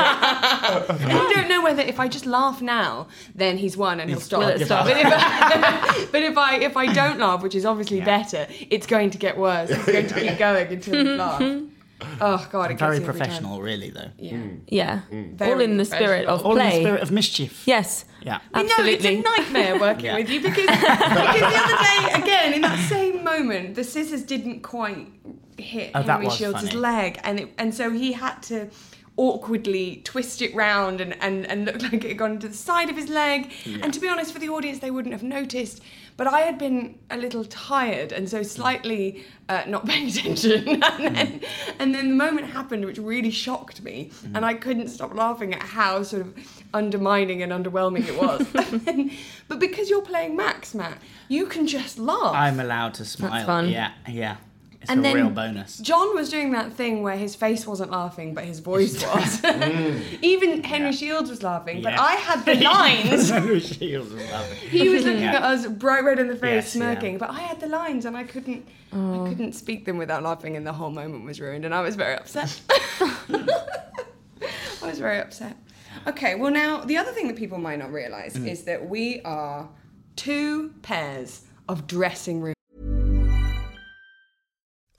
I don't know whether if I just laugh now, then he's won and he'll stop.
Will it stop?
But, if I, but if I if I don't laugh, which is obviously better, it's going to get worse. It's going to keep going until we laugh. Oh God, it gets you
Very
every time.
professional, really, though.
Yeah.
Mm.
Very
All in the spirit of
professional.
All in the
play.
spirit of mischief.
yes.
Yeah.
Absolutely.
No, it's a nightmare working
Yeah.
with you because, because the other day, again, in that same moment, the scissors didn't quite hit
Oh, that
Henry
was
Shields'
funny.
leg, and it, and so he had to awkwardly twist it round and, and, and looked like it had gone into the side of his leg. And to be honest, for the audience, they wouldn't have noticed. But I had been a little tired and so slightly uh, not paying attention. and, then, and then the moment happened, which really shocked me. And I couldn't stop laughing at how sort of undermining and underwhelming it was. And then- but because you're playing Max, Matt, you can just laugh.
I'm allowed to smile.
fun.
Yeah, yeah. It's
And
a
then-
real bonus.
John was doing that thing where his face wasn't laughing, but his voice was. Even Henry Shields was laughing, but
Mm. Yeah.
I had the lines.
Shields and lovely.
he was looking
Yeah.
at us bright red in the face,
Yes,
smirking,
yeah.
but I had the lines and I couldn't. I couldn't speak them without laughing, and the whole moment was ruined, and I was very upset. I was very upset. Okay, well now the other thing that people might not realise
Mm.
is that we are two pairs of dressing room.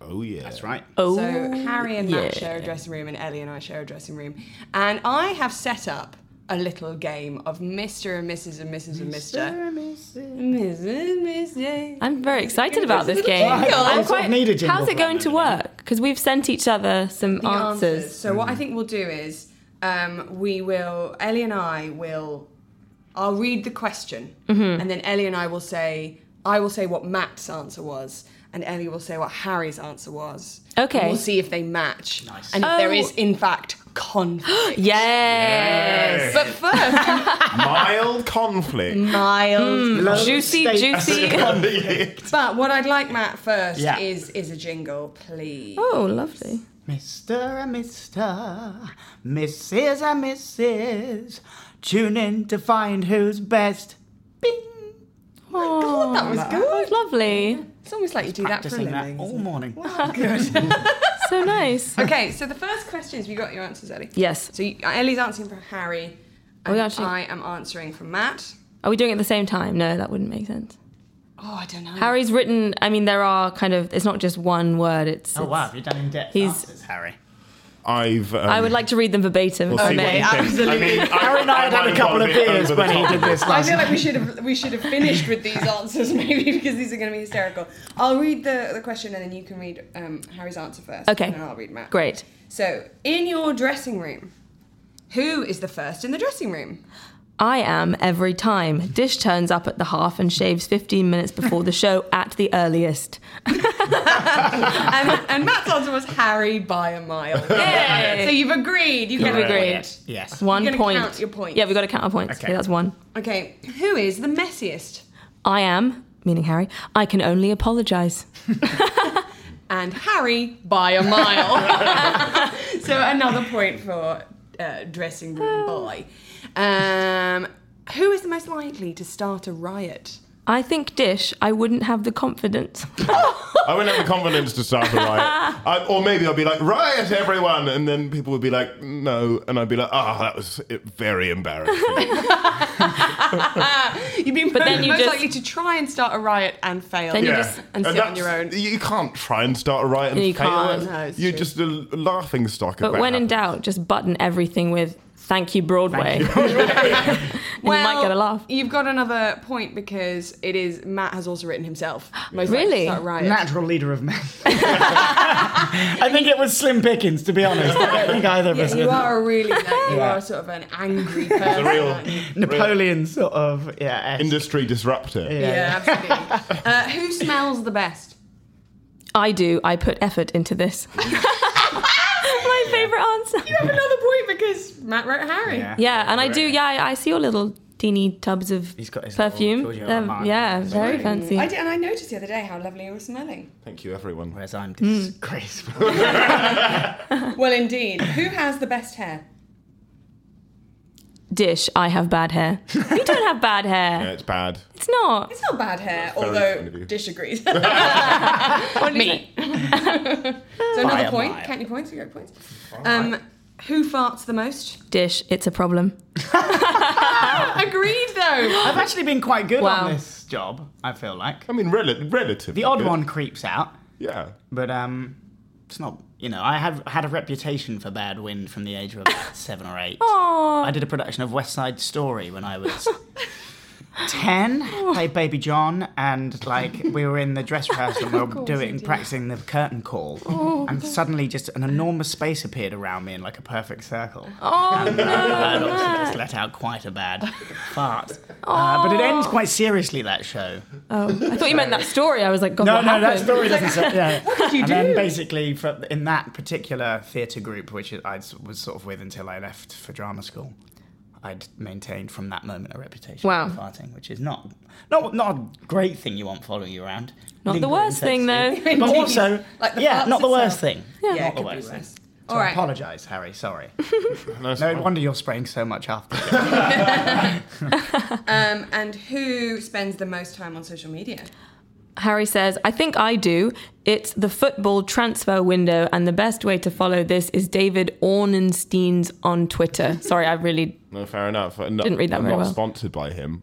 Oh yeah,
That's right.
Oh,
So Harry and Matt
yeah.
share a dressing room, and Ellie and I share a dressing room. And I have set up a little game of Mr. and Mrs. and Mrs. and Mr. Mrs. Mrs.
I'm very excited about this game.
Jingle.
I'm
That's
what I needed jingle
how's it
for,
going to work? Because we've sent each other some
the
answers.
So what I think we'll do is um, we will Ellie and I will I'll read the question
Mm-hmm.
and then Ellie and I will say I will say what Matt's answer was and Ellie will say what Harry's answer was. And
Okay.
we'll see if they match. Nice. And if there
Oh.
is in fact conflict.
Yes.
but first
mild conflict.
mild.
Juicy,
State-
juicy.
Mm.
But what I'd like Matt first
Yeah.
is is a jingle, please.
Oh, lovely.
Mr. and Mr. Mrs. and Mrs. Tune in to find who's best. Bing.
Oh God, that was
Oh,
good.
lovely.
It's almost like you do that for a
Practicing that
living.
all
isn't
morning.
So nice.
it? Okay, so the first question is: we got your answers, Ellie.
Yes.
So you, uh, Ellie's answering for Harry,
we
and
actually-
I am answering for Matt.
Are we doing it at the same time? No, that wouldn't make sense.
Oh, I don't know.
Harry's written. I mean, there are kind of. It's not just one word. It's.
Oh
it's-
wow, you've done in depth
He's-
answers, Harry.
I've. Um,
I would like to read them verbatim. if I
see what
may.
you think.
absolutely.
I mean,
Harry and I had had
might
a
have
couple
gone
of
bit
beers
over the
when he
top.
did this
I
last
feel like we should have we should have finished with these answers maybe because these are going to be hysterical. I'll read the, the question and then you can read um, Harry's answer first.
Okay.
And then I'll read Matt.
Great.
So, in your dressing room, who is the first in the dressing room?
I am every time. Dish turns up at the half and shaves 15 minutes before the show at the earliest.
And, and Matt's answer was Harry by a mile.
Yay.
So you've agreed. You can
We've
agree.
agreed.
Yes.
One
gonna
point.
count your points.
Yeah, we got to count our points. Okay.
Okay.
that's one.
Okay. Who is the messiest?
I am, meaning Harry, I can only apologise.
And Harry by a mile. so another point for uh, dressing room boy. Um, who is the most likely to start a riot?
I think Dish, I wouldn't have the confidence.
I wouldn't have the confidence to start a riot. I, or maybe I'd be like, riot everyone! And then people would be like, no. And I'd be like, ah, that was uh, very embarrassing.
You'd be
But then you
most
just-
likely to try and start a riot and fail.
Then you Yeah. just-
and sit on
that's-
your own.
You can't try and start a riot and
You
fail.
can't.
No, it's
You're
true.
just a laughing stock.
But when in doubt, just button everything with thank you, Broadway. And you might get a laugh.
You've got another point because it is Matt has also written himself. Most likely
Really?
to start a riot.
Natural leader of men. I think it was Slim Pickens, to be honest. I don't think either of us.
Yeah, you
did.
are a really like, you are sort of an angry person.
real-
aren't you?
Napoleon sort of yeah. esque.
Industry disruptor.
Yeah, absolutely. Uh, who smells the best?
I do. I put effort into this. My favourite answer.
You have another point because Matt wrote Harry.
Yeah.
Yeah, and I do. Yeah, I, I see your little teeny tubs of
He's got his little
perfume.
Giorgio
They're-
Armani.
yeah, very fancy.
I did, and I noticed the other day how lovely it was smelling.
Thank you, everyone.
Whereas I'm disgraceful.
Well, indeed. Who has the best hair?
Dish, I have bad hair. you don't have bad hair.
Yeah, it's bad.
It's not.
It's not bad hair,
very kind
although
of you.
disagrees. Me. so another
a
point.
mile.
Count your points. You got points. Um, who farts the most?
Dish, it's a problem.
Agreed, though.
I've actually been quite good
Wow.
on this job. I feel like
I mean, rel- relatively.
the odd
good.
one creeps out,
Yeah.
but um, it's not. You know, I have had a reputation for bad wind from the age of about seven or eight. I did a production of West Side Story when I was 10. Played Baby John, and like we were in the dress rehearsal and we were doing practicing the curtain call,
Oh,
and suddenly just an enormous space appeared around me in like a perfect circle.
Oh
And
no.
obviously that's let out quite a bad fart. Uh, but it ends quite seriously, that show.
Oh, I thought you meant that story. I was like, God,
No,
what
no, that
happened?
story doesn't say. Yeah. What did
you
and then
do?
basically, for, in that particular theatre group, which I was sort of with until I left for drama school, I'd maintained from that moment a reputation
Wow.
for farting, which is not, not, not a great thing you want following you around.
Not the
Lingering
worst thing,
intensity.
though.
But also,
Like the
yeah,
farts
not the worst
itself.
thing.
Yeah,
not
it
the
could be
worst thing.
worse.
So
All
I
right.
apologise, Harry. Sorry.
Nice
No
one.
wonder you're spraying so much after.
Um, and who spends the most time on social media?
Harry says, I think I do. It's the football transfer window, and the best way to follow this is David Ornenstein's on Twitter. Sorry, I really.
No, fair enough. I'm not,
Didn't read that
I'm
very
not
well. Uh.
sponsored by him.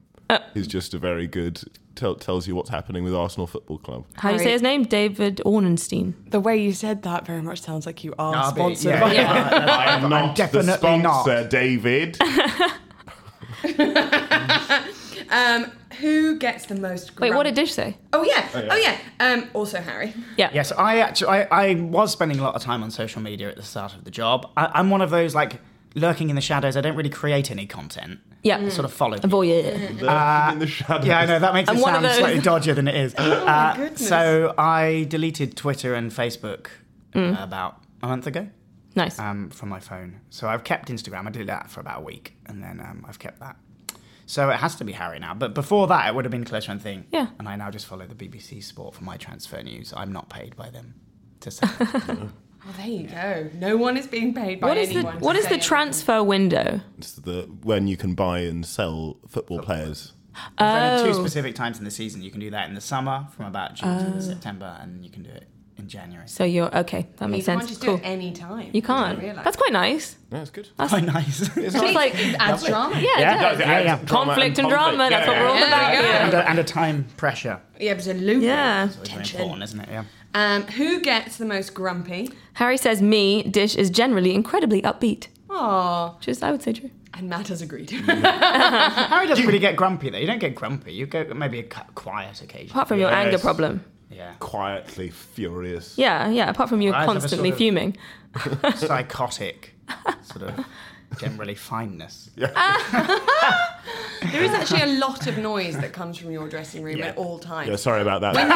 He's just a very good tell, tells you what's happening with Arsenal Football Club.
How do you say his name? David Ornenstein.
The way you said that very much sounds like you are
I'll be-
sponsored.
yeah,
by-
Oh, yeah, that's-
I am not the
definitely
sponsor,
not.
David.
Who gets the most?
Wait, what did
grump-
Dish say?
Oh yeah. Oh yeah. Um, also Harry.
Yeah.
Yes, I actually I, I was spending a lot of time on social media at the start of the job. I, I'm one of those like lurking in the shadows. I don't really create any content.
Yeah.
I sort of follow. people.
Voyeur.
Mm-hmm.
in the shadows.
Uh, Yeah, I know that makes
Mm. I'm
it
one of
sound
those.
slightly dodgier than it is. oh
my goodness.
So I deleted Twitter and Facebook uh,
Mm.
about a month ago
Nice.
um, from my phone. So I've kept Instagram. I did that for about a week, and then um, I've kept that. So it has to be Harry now. But before that, it would have been Closer and Thing.
Yeah.
And I now just follow the BBC Sport for my transfer news. I'm not paid by them to say.
Oh, there you go. No one is being paid by
What is the
anyone. to
what is
say
the transfer window?
It's the when you can buy and sell football players.
Oh.
There's only two specific times in the season. You can do that in the summer from about June to September, and you can do it in January.
So you're okay. That
anything.
makes
You
sense.
can't just
cool.
do it any time.
you can't. That's quite nice.
That's good.
That's quite nice.
It's like
adds drama.
yeah,
Yeah.
yeah.
Yeah, yeah.
conflict and drama. That's what we're all
yeah.
about
There you
here.
and, a, and a time pressure.
Yeah, absolutely.
Yeah.
It's very important, isn't it? Yeah.
Um, who gets the most grumpy?
Harry says me Dish is generally incredibly upbeat,
Aw.
which is I would say true.
And Matt has agreed.
Harry doesn't really get grumpy though. Uh, You don't get grumpy. You get maybe a cu- quiet occasion.
Apart from your
Yes.
anger problem.
yeah.
Quietly furious.
Yeah, yeah. Apart from you
Right, have a
constantly
sort of-
fuming.
Psychotic sort of generally fineness.
there is actually a lot of noise that comes from your dressing room at
Yeah.
all times.
Yeah, sorry about that.
when you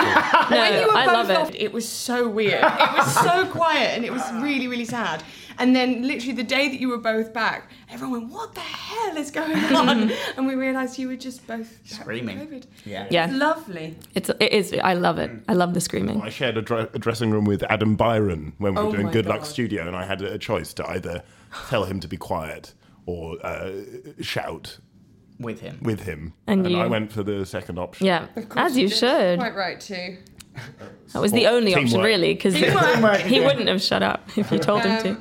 were
I
both
love
off,
it.
it was so weird. It was so quiet and it was really, really sad. And then literally the day that you were both back, everyone went, What the hell is going on? and we realised you were just both back from
Screaming.
COVID.
Yeah.
Yeah.
Lovely.
It's it is. I love it. I love the screaming.
I shared a, dre- a dressing room with Adam Byron when we were
Oh
doing
my
Good
God.
Luck Studio, and I had a choice to either tell him to be quiet or uh, shout
With him.
with him.
And you-
I went for the second option.
Yeah, as you should.
Quite right, too.
That was the only option,
Teamwork.
really, because he wouldn't have shut up if you told him
Um,
to.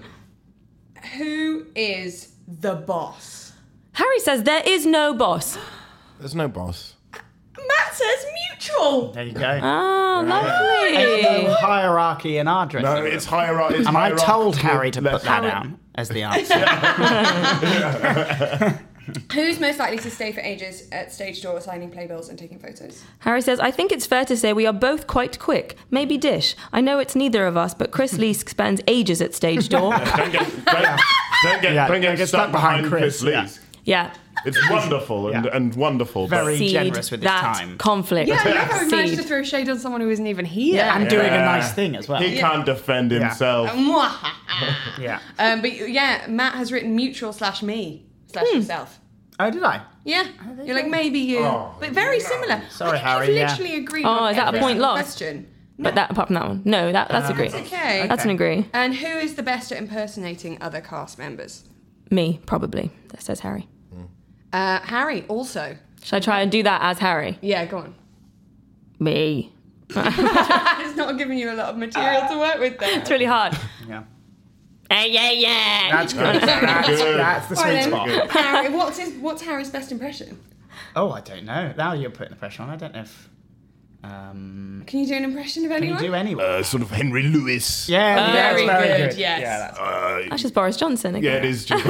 Who is the boss?
Harry says there is no boss.
There's no boss.
Matt says mutual.
There you go.
Oh,
No
lovely.
hierarchy in our dressing
No,
room.
it's hierarchy.
and I told Harry to put that down as the answer.
Who's most likely to stay for ages at stage door signing playbills and taking photos?
Harry says, I think it's fair to say we are both quite quick. Maybe Dish. I know it's neither of us, but Chris Leask spends ages at stage door.
Don't get, don't, don't get,
Yeah,
don't get,
don't get
stuck, behind, Chris,
yeah.
Lees.
yeah.
It's wonderful and,
Yeah.
and wonderful. but-
Very
Seed
generous with his
that
time.
conflict.
Yeah, I love how we managed to
Seed.
throw shade on someone who isn't even here.
And doing a nice thing as well.
uh, He can't defend himself.
Mwahaha.
Yeah.
um, but yeah, Matt has written mutual slash me slash yourself.
Oh, did I?
Yeah, you're like maybe you, but very similar.
Sorry,
I think
Harry,
You've
yeah.
literally agreed.
Oh,
on
is that a
every
point
single
lost?
Question.
But that, apart from that one, no, that,
Uh,
that's a agree.
Okay.
That's an agree.
And who is the best at impersonating other cast members?
Me, probably, that says Harry.
Uh, Harry, also.
Should I try and do that as Harry?
Yeah, go on.
Me.
It's not giving you a lot of material to work with there.
It's really hard.
Yeah.
Hey, yeah, yeah.
That's good. that's,
Good.
that's the sweet
Right
spot.
then, Harry, what's, his, what's Harry's best impression?
Oh, I don't know. Now you're putting the pressure on. I don't know if. Um,
Can you do an impression of
can you
anyone?
do anyone?
Uh, sort of Henry Lewis.
yeah, that's
very
very
good,
good.
yes.
Yeah, that's
Uh,
That's just Boris Johnson
yeah,
again.
it is just.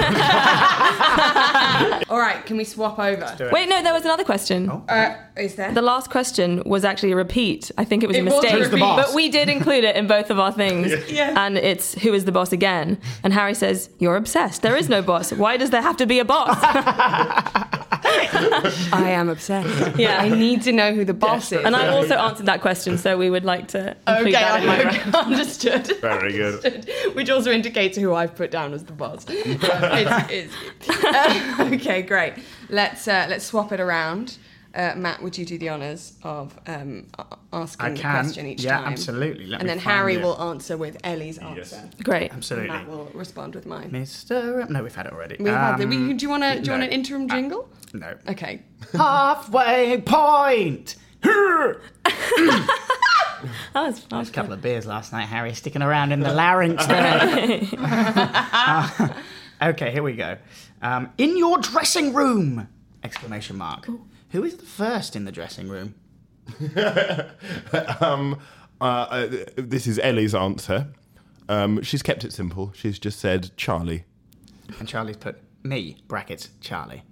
All right, can we swap over?
Wait, no, there was another question.
Oh.
Uh, is there?
The last question was actually a repeat. I think it was
It
a
was a
mistake.
Who's the repeat. boss?
But we did include it in both of our things.
Yeah.
And it's who is the boss again? And Harry says, You're obsessed. There is no boss. Why does there have to be a boss?
I am obsessed.
Yeah.
I need to know who the boss is.
and I also answered that question, so we would like to include that in my round.
understood.
Very good.
Understood. Which also indicates who I've put down as the boss. it's, it's, Uh, okay, great. Let's uh, let's swap it around. uh, Matt, would you do the honours of um, a- asking
I
the
can.
question each
Yeah,
time?
absolutely. Let
and
me
then
find
Harry
it.
will answer with Ellie's answer.
Great.
And
Absolutely.
Matt will respond with mine.
Mr. No, we've had it already.
We've had the, we,
Um,
do you want to? Do you
no. Uh,
want an interim jingle?
No.
Okay.
Halfway point! Hurr!
That was fun.
A couple of beers last night, Harry, sticking around in the larynx there. Uh, okay, here we go. Um, in your dressing room! Exclamation mark. Who is the first in the dressing room?
um, uh, uh, this is Ellie's answer. Um, she's kept it simple. She's just said Charlie.
And Charlie's put me, brackets, Charlie.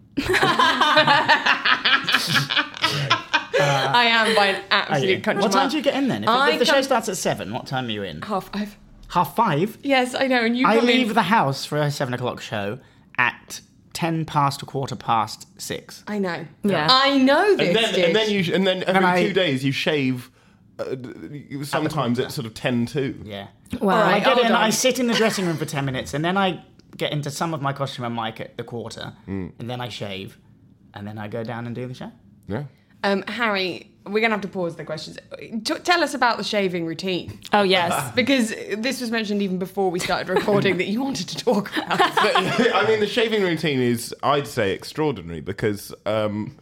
I am by an absolute country
uh, What time
mile.
do you get in then? If,
I
if the show
come-
starts at seven, what time are you in?
Half five.
Half five?
Yes, I know. And you
I
come in-
leave the house for a seven o'clock show at ten past a quarter past six.
I know.
Yeah.
I know this.
And then,
dude.
and then you, and then every
I-
two days you shave. Uh, d- you- sometimes at sort of ten two.
Yeah.
Wow.
I
Alright,
get
hold
in,
on.
I sit in the dressing room for ten minutes, and then I get into some of my costume and mic at the quarter,
Mm.
and then I shave, and then I go down and do the show.
Yeah.
um, Harry, we're gonna have to pause the questions. T- tell us about the shaving routine
Oh yes.
because this was mentioned even before we started recording that you wanted to talk about.
I mean, the shaving routine is, I'd say, extraordinary because um,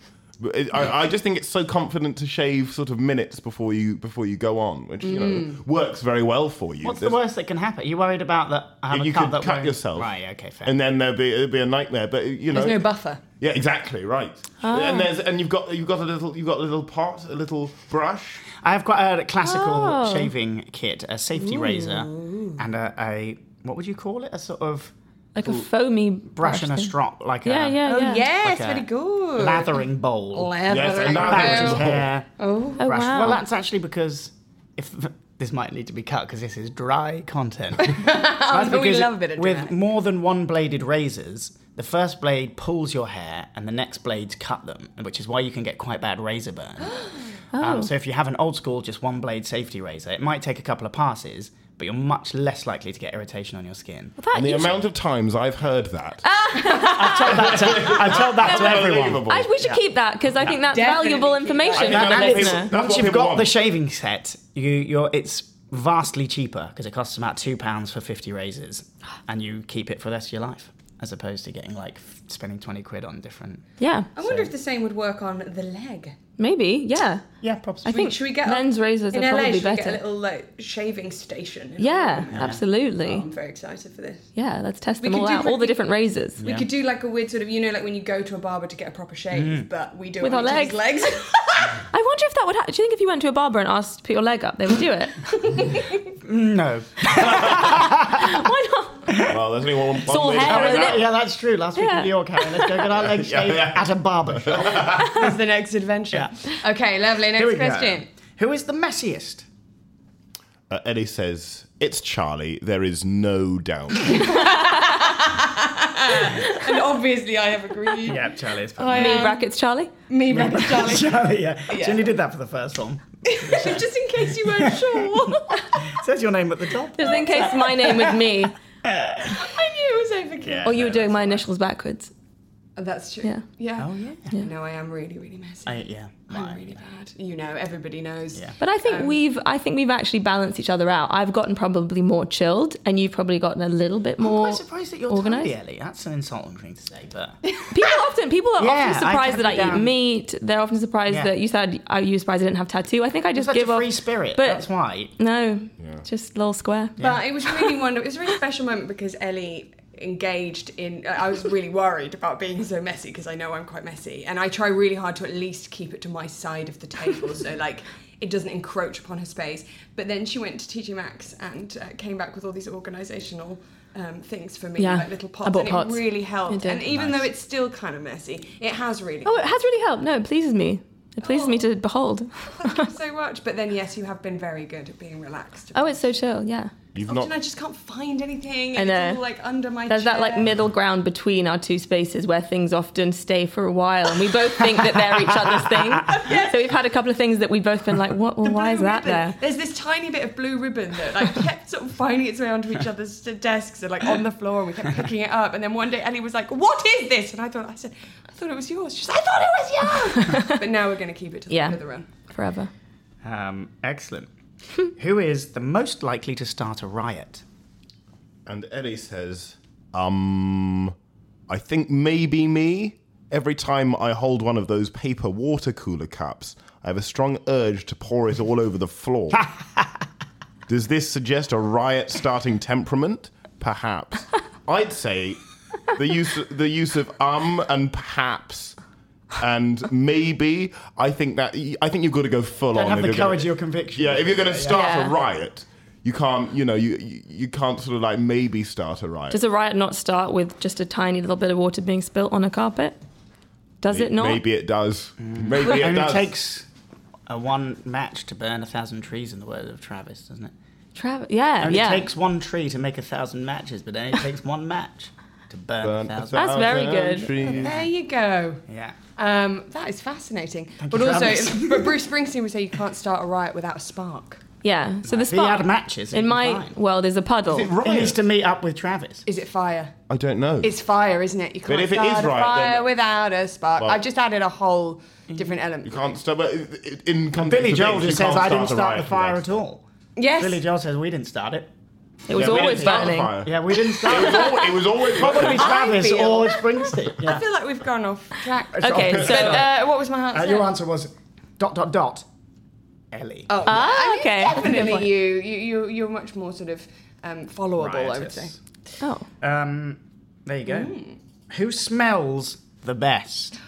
it- I, I just think it's so confident to shave sort of minutes before you before you go on, which
Mm.
you know works very well for you.
What's the
There's-
worst that can happen? Are you worried about that? I have a
You
cut
could
that
cut
won't-
yourself,
Right. Okay. Fair.
and then there'd be it'd be a nightmare. But you know,
There's no buffer.
yeah, exactly right.
Ah.
And there's and you've got you've got a little you've got a little pot, a little brush.
I have quite a classical
Oh.
shaving kit, a safety razor, and a, a what would you call it? A sort of
Like a foamy
brush and a strop, like
Yeah,
a
yeah, yeah.
Oh, Yes,
Like a
very good.
lathering bowl.
Leather
Yes,
and
and now
That was
there's-
bow.
his hair.
Oh
brush.
wow.
Well, that's actually because if this might need to be cut because this is dry content.
Oh, no, we
Because
love a bit of
with
dramatic.
more than one bladed razors, the first blade pulls your hair and the next blades cut them, which is why you can get quite bad razor burn.
Oh.
um, so if you have an old school, just one blade safety razor, it might take a couple of passes, but you're much less likely to get irritation on your skin.
And the amount of times I've heard that,
Oh.
I've told that to, I've told that to everyone.
unbelievable.
I, we should keep that because I think that's
Definitely
valuable
keep that.
information for
I think
the
that is-
listener.
That's
Once
what
you've
people
got
want.
the shaving set, you you're it's vastly cheaper because it costs about two pounds for fifty razors, and you keep it for the rest of your life, as opposed to getting like f- spending twenty quid on different.
Yeah,
I wonder if the same would work on the leg.
maybe. Yeah,
Yeah, probably.
I think
Should we get
men's
a,
razors
in
are
LA,
probably
should we
better.
Get a little like shaving station. Oh,
yeah, absolutely.
I'm very excited for this.
Yeah, let's test
We
them
could
all
do
out. All the
really-
different razors.
We could do like a weird sort of, you know, like when you go to a barber to get a proper shave, but we do
With
it
our
on each other's legs.
I wonder if that would. Ha- do you think if you went to a barber and asked to put your leg up, they would do it?
No.
Why not?
well, there's only one. one
all
way to
hair,
carry
isn't
that.
it?
yeah, that's true. Last week
Yeah.
in New York, Harry, let's go get our legs
Yeah,
shaved
yeah.
at a barber shop.
That's the next adventure. Okay, lovely.
Here
Next
we
question.
go. Who is the messiest?
Uh, Ellie says, "It's Charlie. There is no doubt."
And obviously, I have agreed.
Yeah, Charlie is.
I
Me
am
brackets, Charlie.
me, Rabbit Charlie.
Charlie, Oh, yeah. She only did that for the first one.
Just in case you weren't sure.
It says your name at the top.
Just in case my name was me,
I knew it was overkill.
or you were doing my initials backwards.
That's true.
Yeah.
Yeah.
Oh, yeah.
No, I am really, really messy.
I, yeah.
I'm really bad. You know, everybody knows.
Yeah.
But I think we've. I think we've actually balanced each other out. I've gotten probably more chilled, and you've probably gotten a little bit more.
I'm quite surprised that you're
organized.
tiny, Ellie. That's an insulting thing to say, but
People often people are
Yeah,
often
I
surprised
cut
that I
it down.
eat meat. They're often surprised
Yeah.
that you said are you surprised I didn't have tattoo. I think I just
such
give
a
off
free spirit.
But
That's why.
no, just little square.
But it was really wonderful. It was a really special moment because Ellie engaged in. I was really worried about being so messy because I know I'm quite messy, and I try really hard to at least keep it to my side of the table, so like it doesn't encroach upon her space. But then she went to TG Maxx and uh, came back with all these organisational. Um, things for me,
Yeah.
like little pots,
I bought
and
pots.
it really helped.
It did.
and even though it's still kind of messy, it has really
Oh, it has really helped. No, it pleases me. It pleases me to
Oh.
behold.
Thank you so much. But then, yes, you have been very good at being relaxed.
oh, it's so chill. Yeah.
You've
Often
not.
I just can't find anything.
I
and
know.
It's all like under my
There's that like
chair.
middle ground between our two spaces where things often stay for a while, and we both think that they're each other's thing. So we've had a couple of things that we've both been like, "What? Well, why is
blue
that
ribbon.
there?"
There's this tiny bit of blue ribbon that like kept sort of finding its way onto each other's desks and like on the floor, and we kept picking it up. And then one day Ellie was like, "What is this?" And I thought, I said, "I thought it was yours." She's, like, "I thought it was yours." but now we're going to keep it to the
Yeah.
end of the run.
Forever.
Um, excellent. Who is the most likely to start a riot?
And Ellie says, um, I think maybe me. Every time I hold one of those paper water cooler cups, I have a strong urge to pour it all over the floor. Does this suggest a riot starting temperament? Perhaps. I'd say the use the use of um and perhaps and maybe. I think that I think you've got to go full
Don't
on.
have
if
the
you're gonna-
courage of your conviction.
Yeah, if you're going to start
Yeah.
a riot, you can't. You know, you you you can't sort of like maybe start a riot.
Does a riot not start with just a tiny little bit of water being spilt on a carpet? Does it not?
Maybe it does. Maybe
Mm. It
it
only
does.
takes a one match to burn a thousand trees, in the words of Travis, doesn't it?
Trav- yeah,
Only
yeah.
takes one tree to make a thousand matches, but only takes one match to burn,
Burn
a
a
thousand.
That's very
thousand
good.
trees.
There you go.
yeah.
Um, that is fascinating. but
you,
also,
Travis.
but Bruce Springsteen would say you can't start a riot without a spark.
yeah. So the
If he had
spark
matches,
in
it'd be
my
fine.
world is a puddle.
He needs to meet up with Travis.
Is it fire?
I don't know.
It's fire, isn't it? You can't
if it is
start a
riot,
fire
then-
without a spark.
Well-
I've just added a whole different element.
you can't start. But in- in context
Billy
of
Joel
things,
just
you
says,
can't
"I didn't
a
start the
riot
fire
without-
at all."
Yes.
Billy Joel says, ""We didn't start it."
It was
Yeah, we didn't
always
start the
burning.
fire.
Yeah, we didn't
It
start
was
it.
al- It was always
Probably
burning.
Travis
feel-
or Springsteen. Yeah.
I feel like we've gone off track.
Okay, so
Uh, what was my answer?
Uh, your answer was dot dot dot. Ellie.
Oh,
Ah,
I mean,
okay. Good point.
Definitely, you, you, you, you're much more sort of um, followable, I would say.
Riotous.
oh,
Um, there you go.
Hmm.
Who smells the best?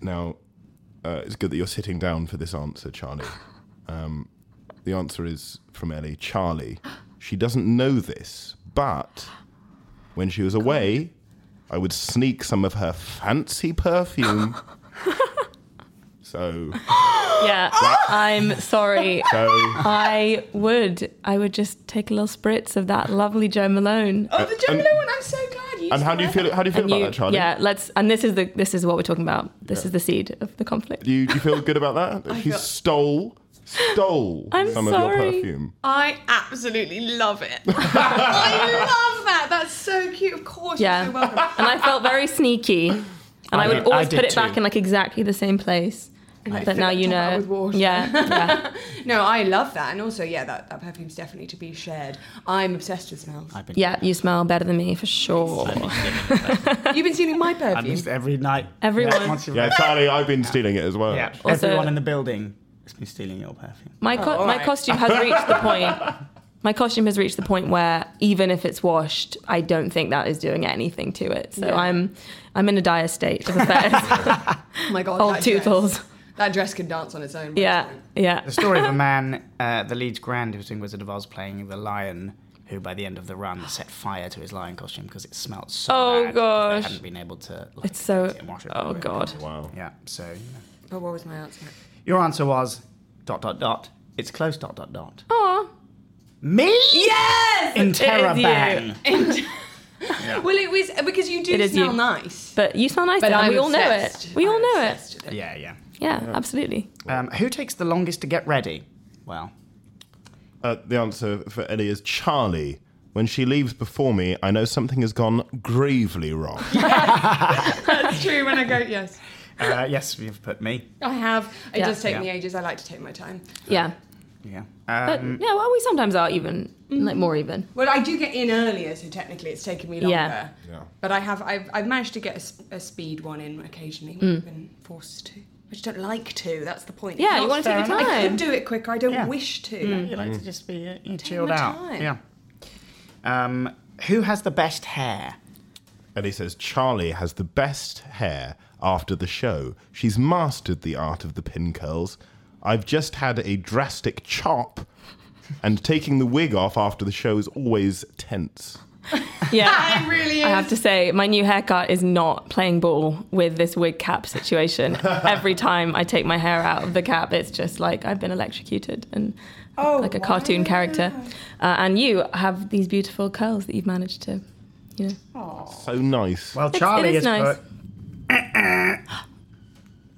Now, uh, it's good that you're sitting down for this answer, Charlie. Um, the answer is from Ellie. Charlie. She doesn't know this, but when she was away, I would sneak some of her fancy perfume. so,
yeah. I'm sorry.
so
I would. I would just take a little spritz of that lovely Joe Malone.
Oh, the
and-
Gemini one, I'm so glad you
and how
said
do you
that.
feel? How do you feel
And
about
you-
that, Charlie?
yeah, let's. And this is the this is what we're talking about. This is the seed of the conflict.
Do you, do you feel good about that? she
feel-
stole stole
I'm
some of your
sorry.
perfume.
I absolutely love it. I love that. That's so cute. Of course,
Yeah,
you're so
and
welcome.
I felt very sneaky, and I,
I
would
did-
always
I did
put it back
too.
in like exactly the same place. But
fill
now
it
you
top up
know.
with water.
Yeah, yeah.
No, I love that. And also, yeah, that, that perfume's definitely to be shared. I'm obsessed with smells.
I've been.
Yeah, you smell better than me for sure.
You've been stealing my
I
perfume.
missed every night.
Everyone.
Yeah, once you've-
Yeah, Charlie, I've been stealing it as well.
yeah.
Also-
everyone in the building has been stealing your perfume.
My co-
all
my
right.
costume has reached the point. My costume has reached the point where even if it's washed, I don't think that is doing anything to it. So I'm I'm in a dire state of affairs.
oh my god,
Old
that dress.
tootles.
That dress can dance on its own. by
Yeah,
its own.
yeah.
The story of a man, uh, the Leeds Grand, who was in Wizard of Oz playing the lion, who by the end of the run set fire to his lion costume because it smelled so
Oh,
bad. 'cause They
gosh.
hadn't been able to. Like,
It's so.
wash it
Oh
away.
god.
Wow.
Yeah. So you know.
But what was my answer?
your answer was dot dot dot. It's close dot dot dot.
Aw.
Me?
Yes.
In
It is you.
Terabang.
Well, it was because you do
It is
smell
you.
nice.
But you smell nice,
But
and
I'm
we all know it.
obsessed.
We all
I'm
know it.
obsessed with
Yeah, yeah.
Yeah, absolutely.
Um, who takes the longest to get ready? Well,
Uh, the answer for Ellie is Charlie. When she leaves before me, I know something has gone gravely wrong.
That's true when I go, yes.
uh, yes, you've put me.
I have. It
Yeah.
does take me
Yeah.
ages. I like to take my time.
Yeah.
Yeah.
But
Um,
yeah, well, we sometimes are even like more even.
Well, I do get in earlier, so technically it's taken me longer.
Yeah.
Yeah.
But I have. I've, I've managed to get a s- a, speed one in occasionally when I've been forced to. I just don't like to. That's the point.
Mm. Yeah,
It's
you
not
want to take
fair.
your
I
time. Mm.
could do it quicker. I don't
Yeah.
wish to.
you like to just be uh, you chilled
my
out.
time.
Yeah. Um, who has the best hair?
Ellie says Charlie has the best hair after the show. She's mastered the art of the pin curls. I've just had a drastic chop, and taking the wig off after the show is always tense.
Yeah.
It really
I
is.
have to say, my new haircut is not playing ball with this wig cap situation. Every time I take my hair out of the cap, it's just like I've been electrocuted and
Oh,
like a cartoon character. Uh, and you have these beautiful curls that you've managed to, you know.
So nice.
Well,
It's-
Charlie
it is
has
nice.
put.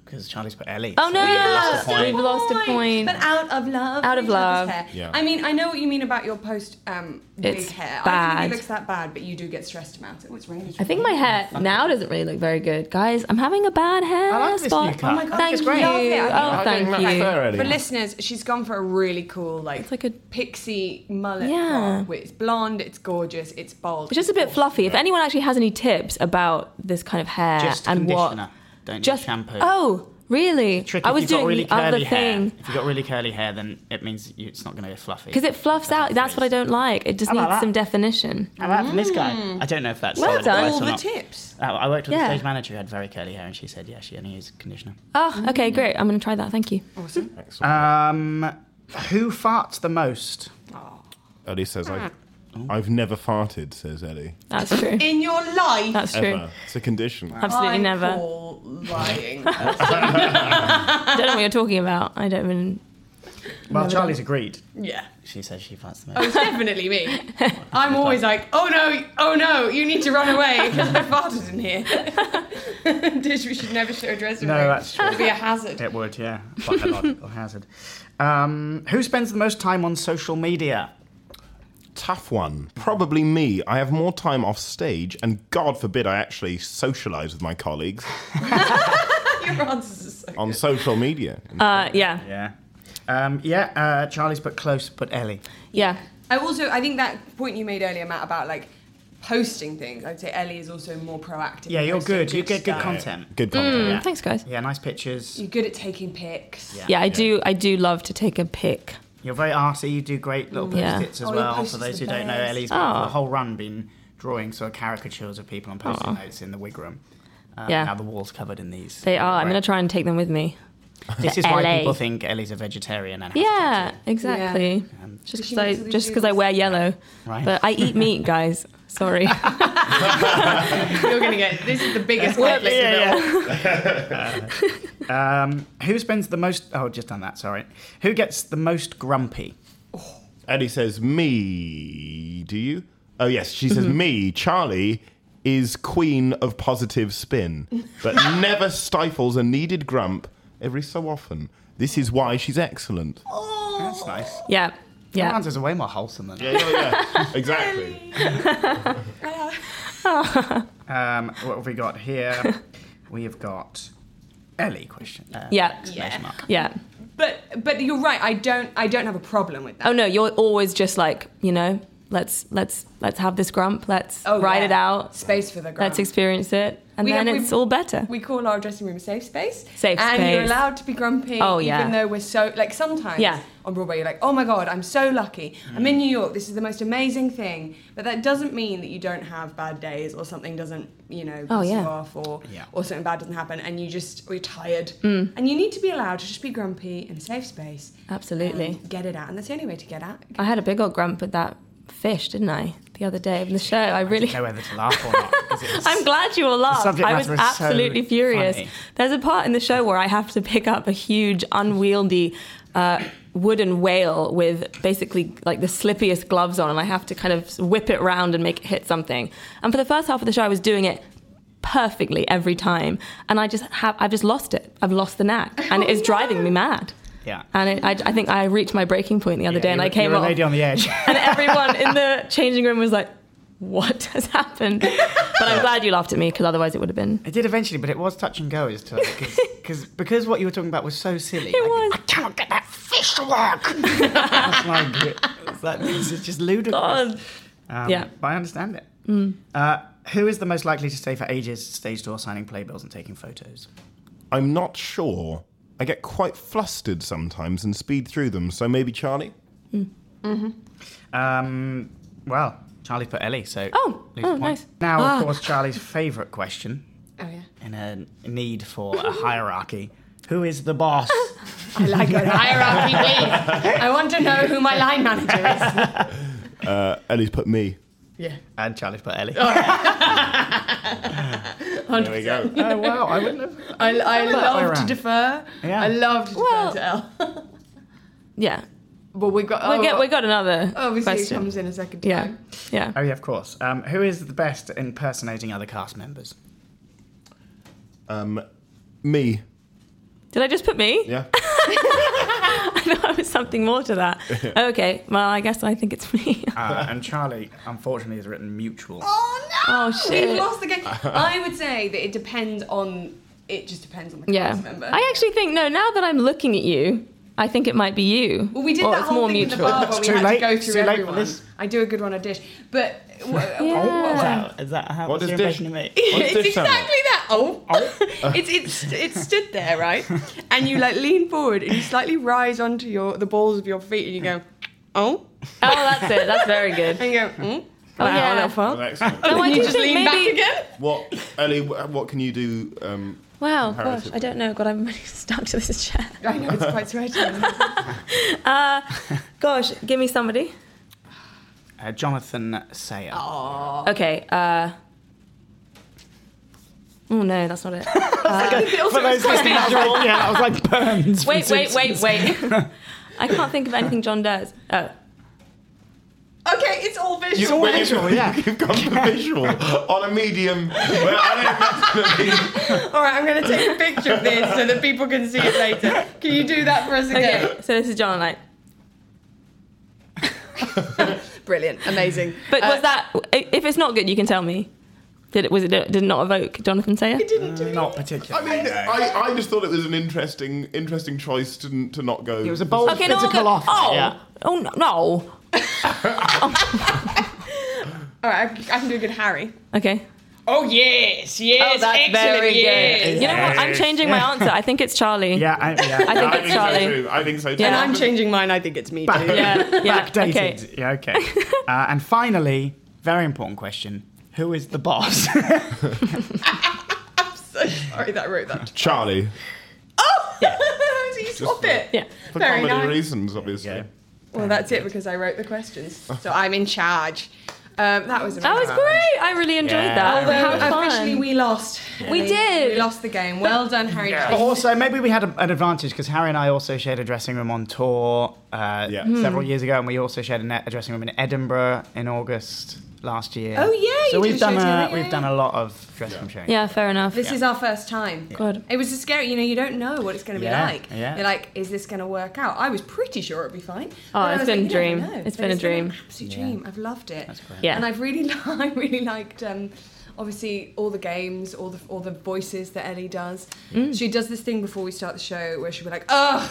Because Charlie's put Ellie.
Oh no!
lost a
We've lost a point.
But out of love.
Out of
we love his
love.
hair.
Yeah.
I mean, I know what you mean about your post um, big
It's
hair. I don't
bad.
think it looks that bad, but you do get stressed about it. Oh, it's raining.
I think my hair now doesn't really look very good, guys. I'm having a bad hair
I like this
spot.
new cut. Oh my
God,
thank
it's
you.
great. Love it.
Oh,
I
thank
think that's fair,
you.
Ellie.
For listeners, she's gone for a really cool, like,
like a-
pixie mullet.
Yeah.
Yeah. It's blonde, it's gorgeous, it's bold.
It's just a bit fluffy. If anyone actually has any tips about this kind of hair
Just
and
conditioner.
what,
Don't need
just
shampoo.
Oh, really?
Trick
I
if
was
you've
doing
got really
the other
curly
thing.
Hair. If you've got really curly hair, then it means you, it's not going to go fluffy.
Because it fluffs out. That's what I don't like. It just
How
needs
about that?
some definition.
How about from this guy? I don't know if that's
Mm. Well
solid
done.
advice
all
or
the
not.
tips.
Uh, I- I worked with
Yeah.
a stage manager who had very curly hair, and she said, "Yeah, she only used conditioner."
Oh, okay, great. I'm going to try that. Thank you. Uh,
Um, who farts the most?
Ellie says, I,
Mm.
I've never farted, says Ellie.
That's true.
In your life,
That's true.
Ever. It's a condition.
Absolutely
I
never.
call lying.
don't know what you're talking about. I don't even.
Well, Charlie's agreed.
yeah.
She says she farts the
It's
most.
definitely me. I'm always like, oh no, oh no, you need to run away because I farted in here. Dish, we should never show a
Oh,
dressing
No,
room.
that's true.
It'd be a hazard.
it would, yeah. Biological hazard. Um, who spends the most time on social media?
Tough one. Probably me. I have more time off stage, and God forbid I actually socialise with my colleagues
Your answers are so.
on social media.
Uh, yeah,
Yeah. Um, yeah, uh, Charlie's put close, but Ellie.
yeah.
I also, I think that point you made earlier, Matt, about like posting things. I'd say Ellie is also more proactive.
Yeah,
in
you're
posting
good. You get good
stuff.
content.
Good content.
Yeah.
Thanks, guys.
Yeah, nice pictures.
You're good at taking pics. Yeah.
Yeah, I do. I do love to take a pic.
You're very arty. You do great little
Yeah.
post-its as
Oh, your
well.
post-its
For those
are
who don't know,
best.
Ellie's
Oh.
got the whole run been drawing sort of caricatures of people on post-it notes in the wig room. Uh,
Yeah.
Now the wall's covered in these.
They are. I'm
Right.
going to try and take them with me.
This
to
is why
LA.
people think Ellie's a vegetarian and has
Yeah, exactly. Just
She
because I
makes all these
just 'cause I wear yellow,
Right.
but I eat meat, guys. Sorry.
You're gonna get. This is the biggest
Yeah,
conflict of all.
Who spends the most? Oh, just done that. Sorry. Who gets the most grumpy?
Ellie says, Me. Do you? Oh, yes. She says, Me, Charlie, is queen of positive spin, but never stifles a needed grump every so often. This is why she's excellent.
That's nice.
yeah,
Your
yeah.
answers are way more wholesome than that.
Yeah, yeah, yeah. exactly.
Um, what have we got here? we have got Ellie question. Uh,
Yeah.
exclamation mark.
Yeah.
But but you're right. I don't I don't have a problem with that.
Oh no, you're always just like you know. Let's let's let's have this grump. Let's
Oh,
ride
yeah.
it out.
Space for the grump.
Let's experience it, and
We
then
have-
it's
we-
all better.
We call our dressing room a safe space.
Safe
And you're
space.
allowed to be grumpy.
Oh, yeah.
Even though we're so like sometimes
Yeah.
on Broadway you're like, oh my god, I'm so lucky. I'm in New York. This is the most amazing thing. But that doesn't mean that you don't have bad days or something doesn't you know piss
Oh,
you
yeah.
off or
Yeah.
or something bad doesn't happen and you just or you're tired
Mm.
and you need to be allowed to just be grumpy in a safe space.
Absolutely.
and get it out, and that's the only way to get out.
I had a big old grump with that fish, didn't I? The other day in the show, I really.
Don't know whether to laugh or not. 'cause it was-
I'm glad you all laughed.
subject
I was
matter is so
absolutely furious.
funny.
There's a part in the show where I have to pick up a huge, unwieldy uh, wooden whale with basically like the slippiest gloves on, and I have to kind of whip it round and make it hit something. And for the first half of the show, I was doing it perfectly every time, and I just have I've just lost it. I've lost the knack, and
Oh,
it is driving me mad.
Yeah.
And it, I, I think I reached my breaking point the other
Yeah,
day, and
you're-
I came
You're
off
a lady on the edge.
and everyone in the changing room was like, "What has happened?" But I'm glad you laughed at me because otherwise it would have been.
It did eventually, but it was touch and go as to because because what you were talking about was so silly. It
was.
I cannot get that fish to work. That's like it's like, this is just ludicrous.
God.
Um,
Yeah.
but I understand it. Uh, who is the most likely to stay for ages stage door signing playbills and taking photos?
I'm not sure. I get quite flustered sometimes and speed through them, so maybe Charlie?
Um, well, Charlie put Ellie, so
Oh,
lose
oh,
a point.
nice.
Now,
Ah.
of course, Charlie's favourite question
Oh yeah,
in a need for a hierarchy: Who is the boss?
I like a hierarchy, please. I want to know who my line manager is.
Ellie's put me.
Yeah.
And Charlie's put Ellie.
There we go.
Oh, wow. I wouldn't have.
I, I love to
around.
defer.
Yeah.
I love to defer
Oh. Well-
to Elle.
Yeah.
but we got.
we
oh,
get we got another
Oh,
Obviously,
question.
it comes in a second time.
yeah. Yeah.
Oh, yeah, of course. Um, who is the best at impersonating other cast members?
Um, me.
Did I just put me?
Yeah.
I thought there was something more to that. okay. Well, I guess I think it's me.
Uh, and Charlie, unfortunately, has written mutual.
Oh no!
Oh, shit.
We've lost the game. I would say that it depends on. It just depends on the
yeah.
cast member.
I actually think no. Now that I'm looking at you, I think it might be you.
Well, we did
Or
that
it's
whole
more
thing
mutual.
in the bar where
It's
we
too
had
late.
to go
It's
through
too late for
everyone.
this.
I do a good one, I dish. But w-
Yeah. Oh,
Is that how?
What
what's
does
your
dish?
impression of me?
what does
it's
dish sound like?
exactly that. Oh, it's it's it's stood there, right? And you like lean forward and you slightly rise onto your the balls of your feet and you go, oh,
Oh, that's it. That's very good.
and you go, mm.
Oh, yeah.
Well, excellent.
No, I
and
do
you just
think
lean
maybe-
back again.
What, Ellie? wh- What can you do? Um,
Wow, gosh,
Comparatively.
I don't know. God, I'm really stuck to this chair.
I know it's quite sweaty.
Uh, gosh, give me somebody.
Uh, Jonathan Sayer.
Okay. Uh, oh no, that's not it. Uh,
For those listening, that was like, yeah, that was like Burns. from
Wait, wait, wait,
Simpsons.
wait. I can't think of anything John does. Oh,
okay, it's all visual.
It's all
Well,
visual,
you've-
yeah.
You've gone for visual on a medium. Where I don't imagine it being-
All right, I'm going to take a picture of this so that people can see it later. Can you do that for us again?
okay. So this is John. Like,
Brilliant, amazing.
but
Uh,
was that? If it's not good, you can tell me. Did it? Was it? Did it not evoke Jonathan Sayer?
It didn't do
Not
I
particularly.
mean, I, I just thought it was an interesting interesting choice to, n- to not go.
It was a bold
Okay, no. I'll
physical
go-
offer.
oh,
Yeah.
oh no, no.
All right, I, I can do a good Harry.
Okay.
Oh yes, yes,
oh, that's very good. You know what? I'm
Yes.
changing my answer. I think it's Charlie.
Yeah, I, yeah.
I think
I
it's
think so
Charlie.
too. I think so too.
Yeah.
And I'm changing mine. I think it's me too.
Yeah, yeah.
Backdated.
Okay.
Yeah, okay. Uh, and finally, very important question: Who is the boss?
So sorry that I wrote that.
Charlie.
Oh, so you swap it.
Yeah.
For
Very
comedy
nice.
reasons, obviously.
Oh,
Well, that's it because I wrote the questions, so I'm in charge. Um, that was amazing.
That was great. I really enjoyed
Yeah,
that.
Although
How
How
fun.
officially we lost.
We
Ellie.
did.
We lost the game. Well done, Harry.
But
Chapman.
also, maybe we had a, an advantage because Harry and I also shared a dressing room on tour uh,
Yeah. Hmm.
several years ago, and we also shared a, net, a dressing room in Edinburgh in August last year.
Oh, yeah,
So
you did
we've
a show
done a
together,
we've
yeah,
done a lot of dressing room sharing.
yeah, fair enough.
This is our first time.
God.
It was a scary, you know, you don't know what it's going to
Yeah,
be like.
yeah.
You're like, is this going to work out? I was pretty sure it'd be fine.
Oh,
But I
it's
was
been a
you don't
dream.
know.
It's
But
been a
an
dream.
absolute dream. I've loved it. That's
great.
Yeah.
And I've really, li- I really liked, um, obviously, all the games, all the all the voices that Ellie does.
Mm.
She does this thing before we start the show where she'll be like, oh,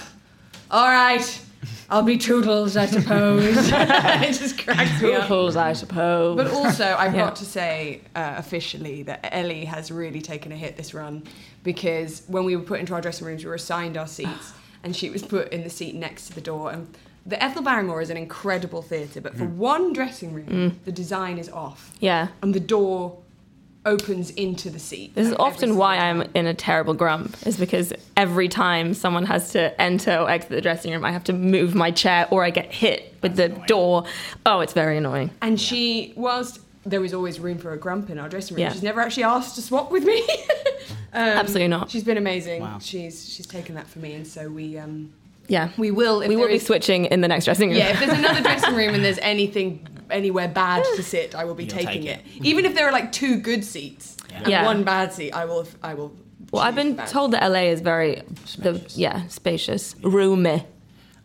all right. I'll be Toodles, I suppose. it just cracks me up.
I suppose.
But also, I've
Yeah.
got to say uh, officially that Ellie has really taken a hit this run because when we were put into our dressing rooms, we were assigned our seats, and she was put in the seat next to the door. And the Ethel Barrymore is an incredible theatre, but for one dressing room, the design is off,
Mm. yeah.
and the door opens into the seat.
This is
Every
often
single
why
time.
I'm in a terrible grump, is because every time someone has to enter or exit the dressing room, I have to move my chair or I get hit with the door. Oh, it's very annoying.
And she, whilst there is always room for a grump in our dressing room,
Yeah.
she's never actually asked to swap with me. Um,
Absolutely not.
She's been amazing.
Wow.
She's she's taken that for me, and so we um,
Yeah.
we will. If
we
there
will be
is-
switching in the next dressing room.
Yeah, if there's another dressing room and there's anything anywhere bad to sit, I will be taking
take
it. Even if there are like two good seats and
Yeah.
one bad seat, I will. I will.
well, I've
choose
been
bad.
told that LA is very, the, yeah, spacious, roomy.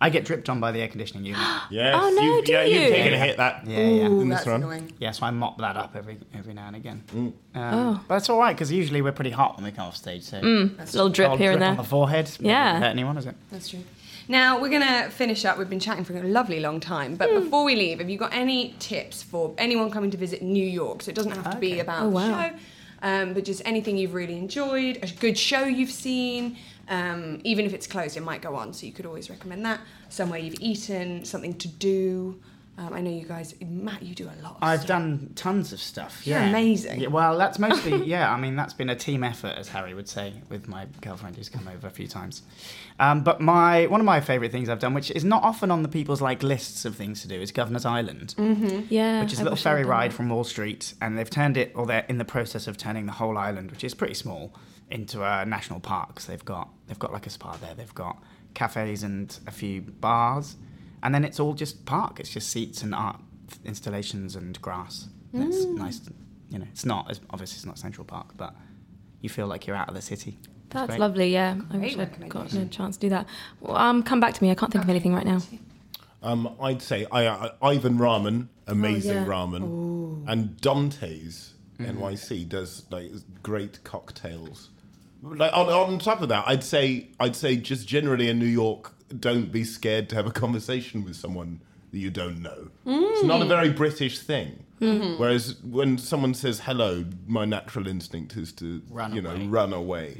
I get dripped on by the air conditioning unit.
Yes.
Oh, no,
you've,
do
yeah,
you?
have taken a hit that.
Yeah, yeah.
in this
That's
run.
annoying.
Yeah, so I mop that up every every now and again. Um,
Oh.
But it's all right because usually we're pretty hot when we come off stage. So
Mm. little drip
Cold
here and
drip on
there.
the forehead. doesn't
Yeah.
hurt anyone is it?
That's true. Now we're gonna finish up. We've been chatting for a lovely long time,
Hmm.
but before we leave, have you got any tips for anyone coming to visit New York? So it doesn't have to be
Okay.
about
Oh, wow.
the show, um, but just anything you've really enjoyed, a good show you've seen. Um, even if it's closed, it might go on, so you could always recommend that. Somewhere you've eaten, something to do. Um, I know you guys, Matt, you do a lot. Of
I've
stuff.
done tons of stuff.
You're
yeah.
amazing.
Yeah, well, that's mostly yeah. I mean, that's been a team effort, as Harry would say, with my girlfriend who's come over a few times. Um, but my one of my favourite things I've done, which is not often on the people's like lists of things to do, is Governor's
Mm.
Island,
Yeah.
which is
I
a little
wish I'd
ferry
done
ride
that.
from Wall Street, and they've turned it, or they're in the process of turning the whole island, which is pretty small, into a national park. So they've got they've got like a spa there. They've got cafes and a few bars, and then it's all just park. It's just seats and art installations and grass. And It's
Mm.
nice, you know. It's not as obviously it's not Central Park, but you feel like you're out of the city. It's
That's
great.
lovely, yeah. I wish I'd gotten a chance to do that. Well, um, come back to me. I can't think of anything right now.
Um, I'd say I, I, Ivan Ramen, amazing
yeah.
ramen, and Dante's
Mm-hmm.
NYC does like great cocktails. Like on, on top of that, I'd say I'd say just generally in New York, don't be scared to have a conversation with someone that you don't know. It's not a very British thing. Whereas when someone says hello, my natural instinct is to
Run
you know
away.
run away.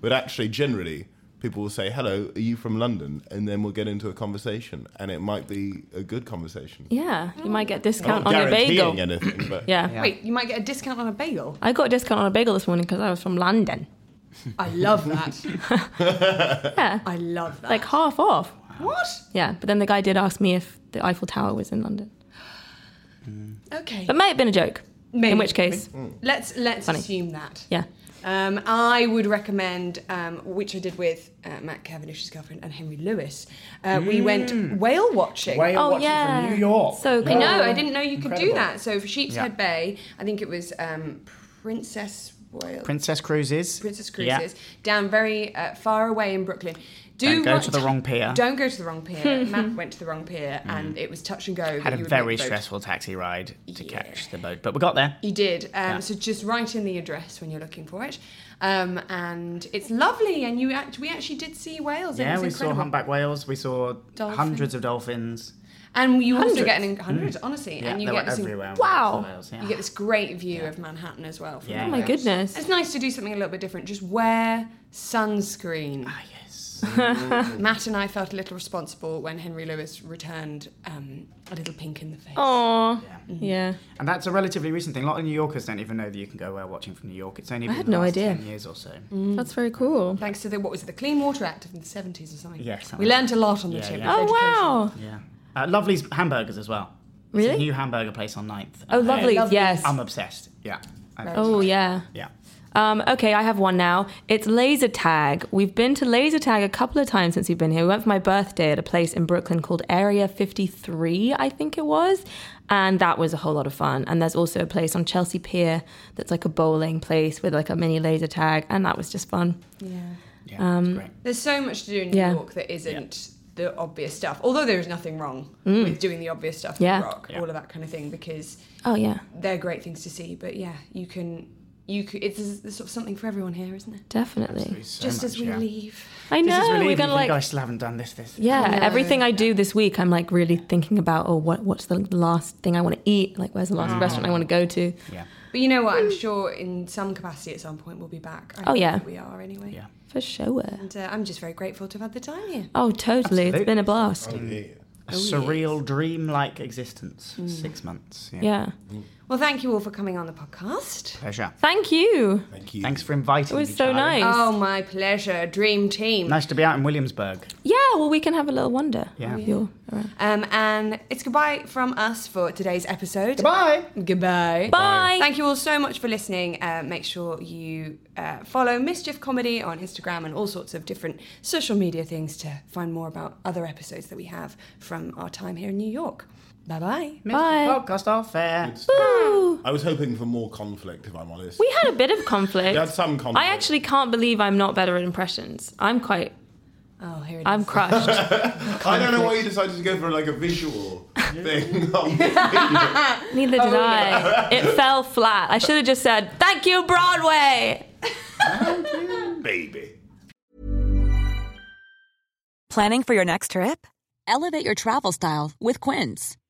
But actually, generally, people will say, "Hello, are you from London?" And then we'll get into a conversation, and it might be a good conversation.
Yeah, you might get
I'm
discount
not
on your bagel.
guaranteeing anything, but
Yeah.
Wait, you might get a discount on a bagel.
I got a discount on a bagel this morning because I was from London.
I love that.
Yeah,
I love that.
like half off.
what?
Yeah, but then the guy did ask me if the Eiffel Tower was in London.
Okay.
It may have been a joke.
Maybe.
In which case,
Mm.
Let's let's
Funny.
assume that.
yeah.
Um, I would recommend, um, which I did with uh, Matt Cavendish's girlfriend and Henry Lewis. Uh, We went whale watching.
Mm. Whale
Oh,
watching
yeah.
from New York.
So
I
cool.
know. I didn't know you could do
Incredible.
that. So for Sheepshead
Yeah.
Bay, I think it was um, Princess Whale.
Princess Cruises.
Princess
Yeah.
Cruises down very uh, far away in Brooklyn. Do
Don't go
watch-
to the wrong pier. Mm.
Don't go to the wrong pier. Matt went to the wrong pier, and it was touch and go. that
Had a
you would make
very
the boat.
stressful taxi ride to catch the boat, but we got there.
You did. Um, So just write in the address when you're looking for it, um, and it's lovely. And you act- we actually did see whales. it
Yeah,
was
we
incredible.
saw humpback whales. We saw
Dolphins.
hundreds of dolphins.
And you also
Hundreds. Mm.
get an in- hundreds, honestly,
Yeah,
and you
they
get
were
this in-
everywhere.
Wow.
Whales, yeah.
you get this great view of Manhattan as well. From
Yeah.
the
Oh my
whales.
goodness.
It's nice to do something a little bit different. Just wear sunscreen.
Ah, yes.
Matt and I felt a little responsible when Henry Lewis returned um, a little pink in the face.
Aw. Yeah.
and that's a relatively recent thing. A lot of New Yorkers don't even know that you can go whale watching from New York. It's only been
had
the
no
last
idea. Mm.
ten years or so.
Mm.
That's very cool.
Thanks to the what was it, the Clean Water Act of the seventies or something.
Yes, I
we
know.
learned a lot on the
Yeah,
trip.
yeah.
Oh,
Education.
wow.
Yeah, uh, Lovely's hamburgers as well. It's
Really?
a new hamburger place on 9th.
Oh, lovely.
Lovely.
Yes.
I'm obsessed. Yeah. I'm
oh,
obsessed.
yeah.
Yeah.
Um, okay, I have one now. It's laser tag. We've been to laser tag a couple of times since we've been here. We went for my birthday at a place in Brooklyn called Area 53, I think it was. And that was a whole lot of fun. And there's also a place on Chelsea Pier that's like a bowling place with like a mini laser tag. And that was just fun.
Yeah.
Yeah.
Um,
it's great.
There's so much to do in New
Yeah.
York that isn't the obvious stuff. Although there is nothing wrong with doing the obvious stuff,
Mm. Yeah.
the rock, all of that kind of thing, because
Oh, yeah,
they're great things to see. But yeah, you can, you can, it's, it's sort of something for everyone here, isn't it?
definitely.
So
Just as
much,
we
yeah.
leave.
I
This is
know.
really
We're going to like.
"Oh, I still haven't done this. This.
Yeah, everything I do this week, I'm like really thinking about, oh, what, what's the last thing I want to eat? Like, where's the
Mm.
last restaurant I want to go to?
Yeah.
But you know what? I'm sure in some capacity at some point we'll be back. I
Oh,
hope
yeah.
that We are anyway.
Yeah.
For sure.
And uh, I'm just very grateful to have had the time here.
Oh, totally.
Absolutely.
It's been a blast.
A surreal, dream-like existence. Six months. Yeah.
Mm. Yeah.
Well, thank you all for coming on the podcast.
Pleasure.
Thank you.
Thank you.
Thanks for inviting
It
me.
was so
Charlie.
nice.
Oh, my pleasure. Dream team.
Nice to be out in Williamsburg.
Yeah, well, we can have a little wonder.
Yeah.
if you're around.
Um, and it's goodbye from us for today's episode.
Bye.
Goodbye.
Bye.
Thank you all so much for listening. Uh, make sure you uh, follow Mischief Comedy on Instagram and all sorts of different social media things to find more about other episodes that we have from our time here in New York. Bye bye.
Bye.
Podcast off air.
Boo.
I was hoping for more conflict, if I'm honest.
We had a bit of conflict.
We had some conflict.
I actually can't believe I'm not better at impressions. I'm quite.
Oh, here it is.
I'm crushed.
I don't know why you decided to go for like a visual thing. on this video.
Neither
Oh,
did I. It fell flat. I should have just said, "Thank you, Broadway."
Baby.
Planning for your next trip? Elevate your travel style with Quince.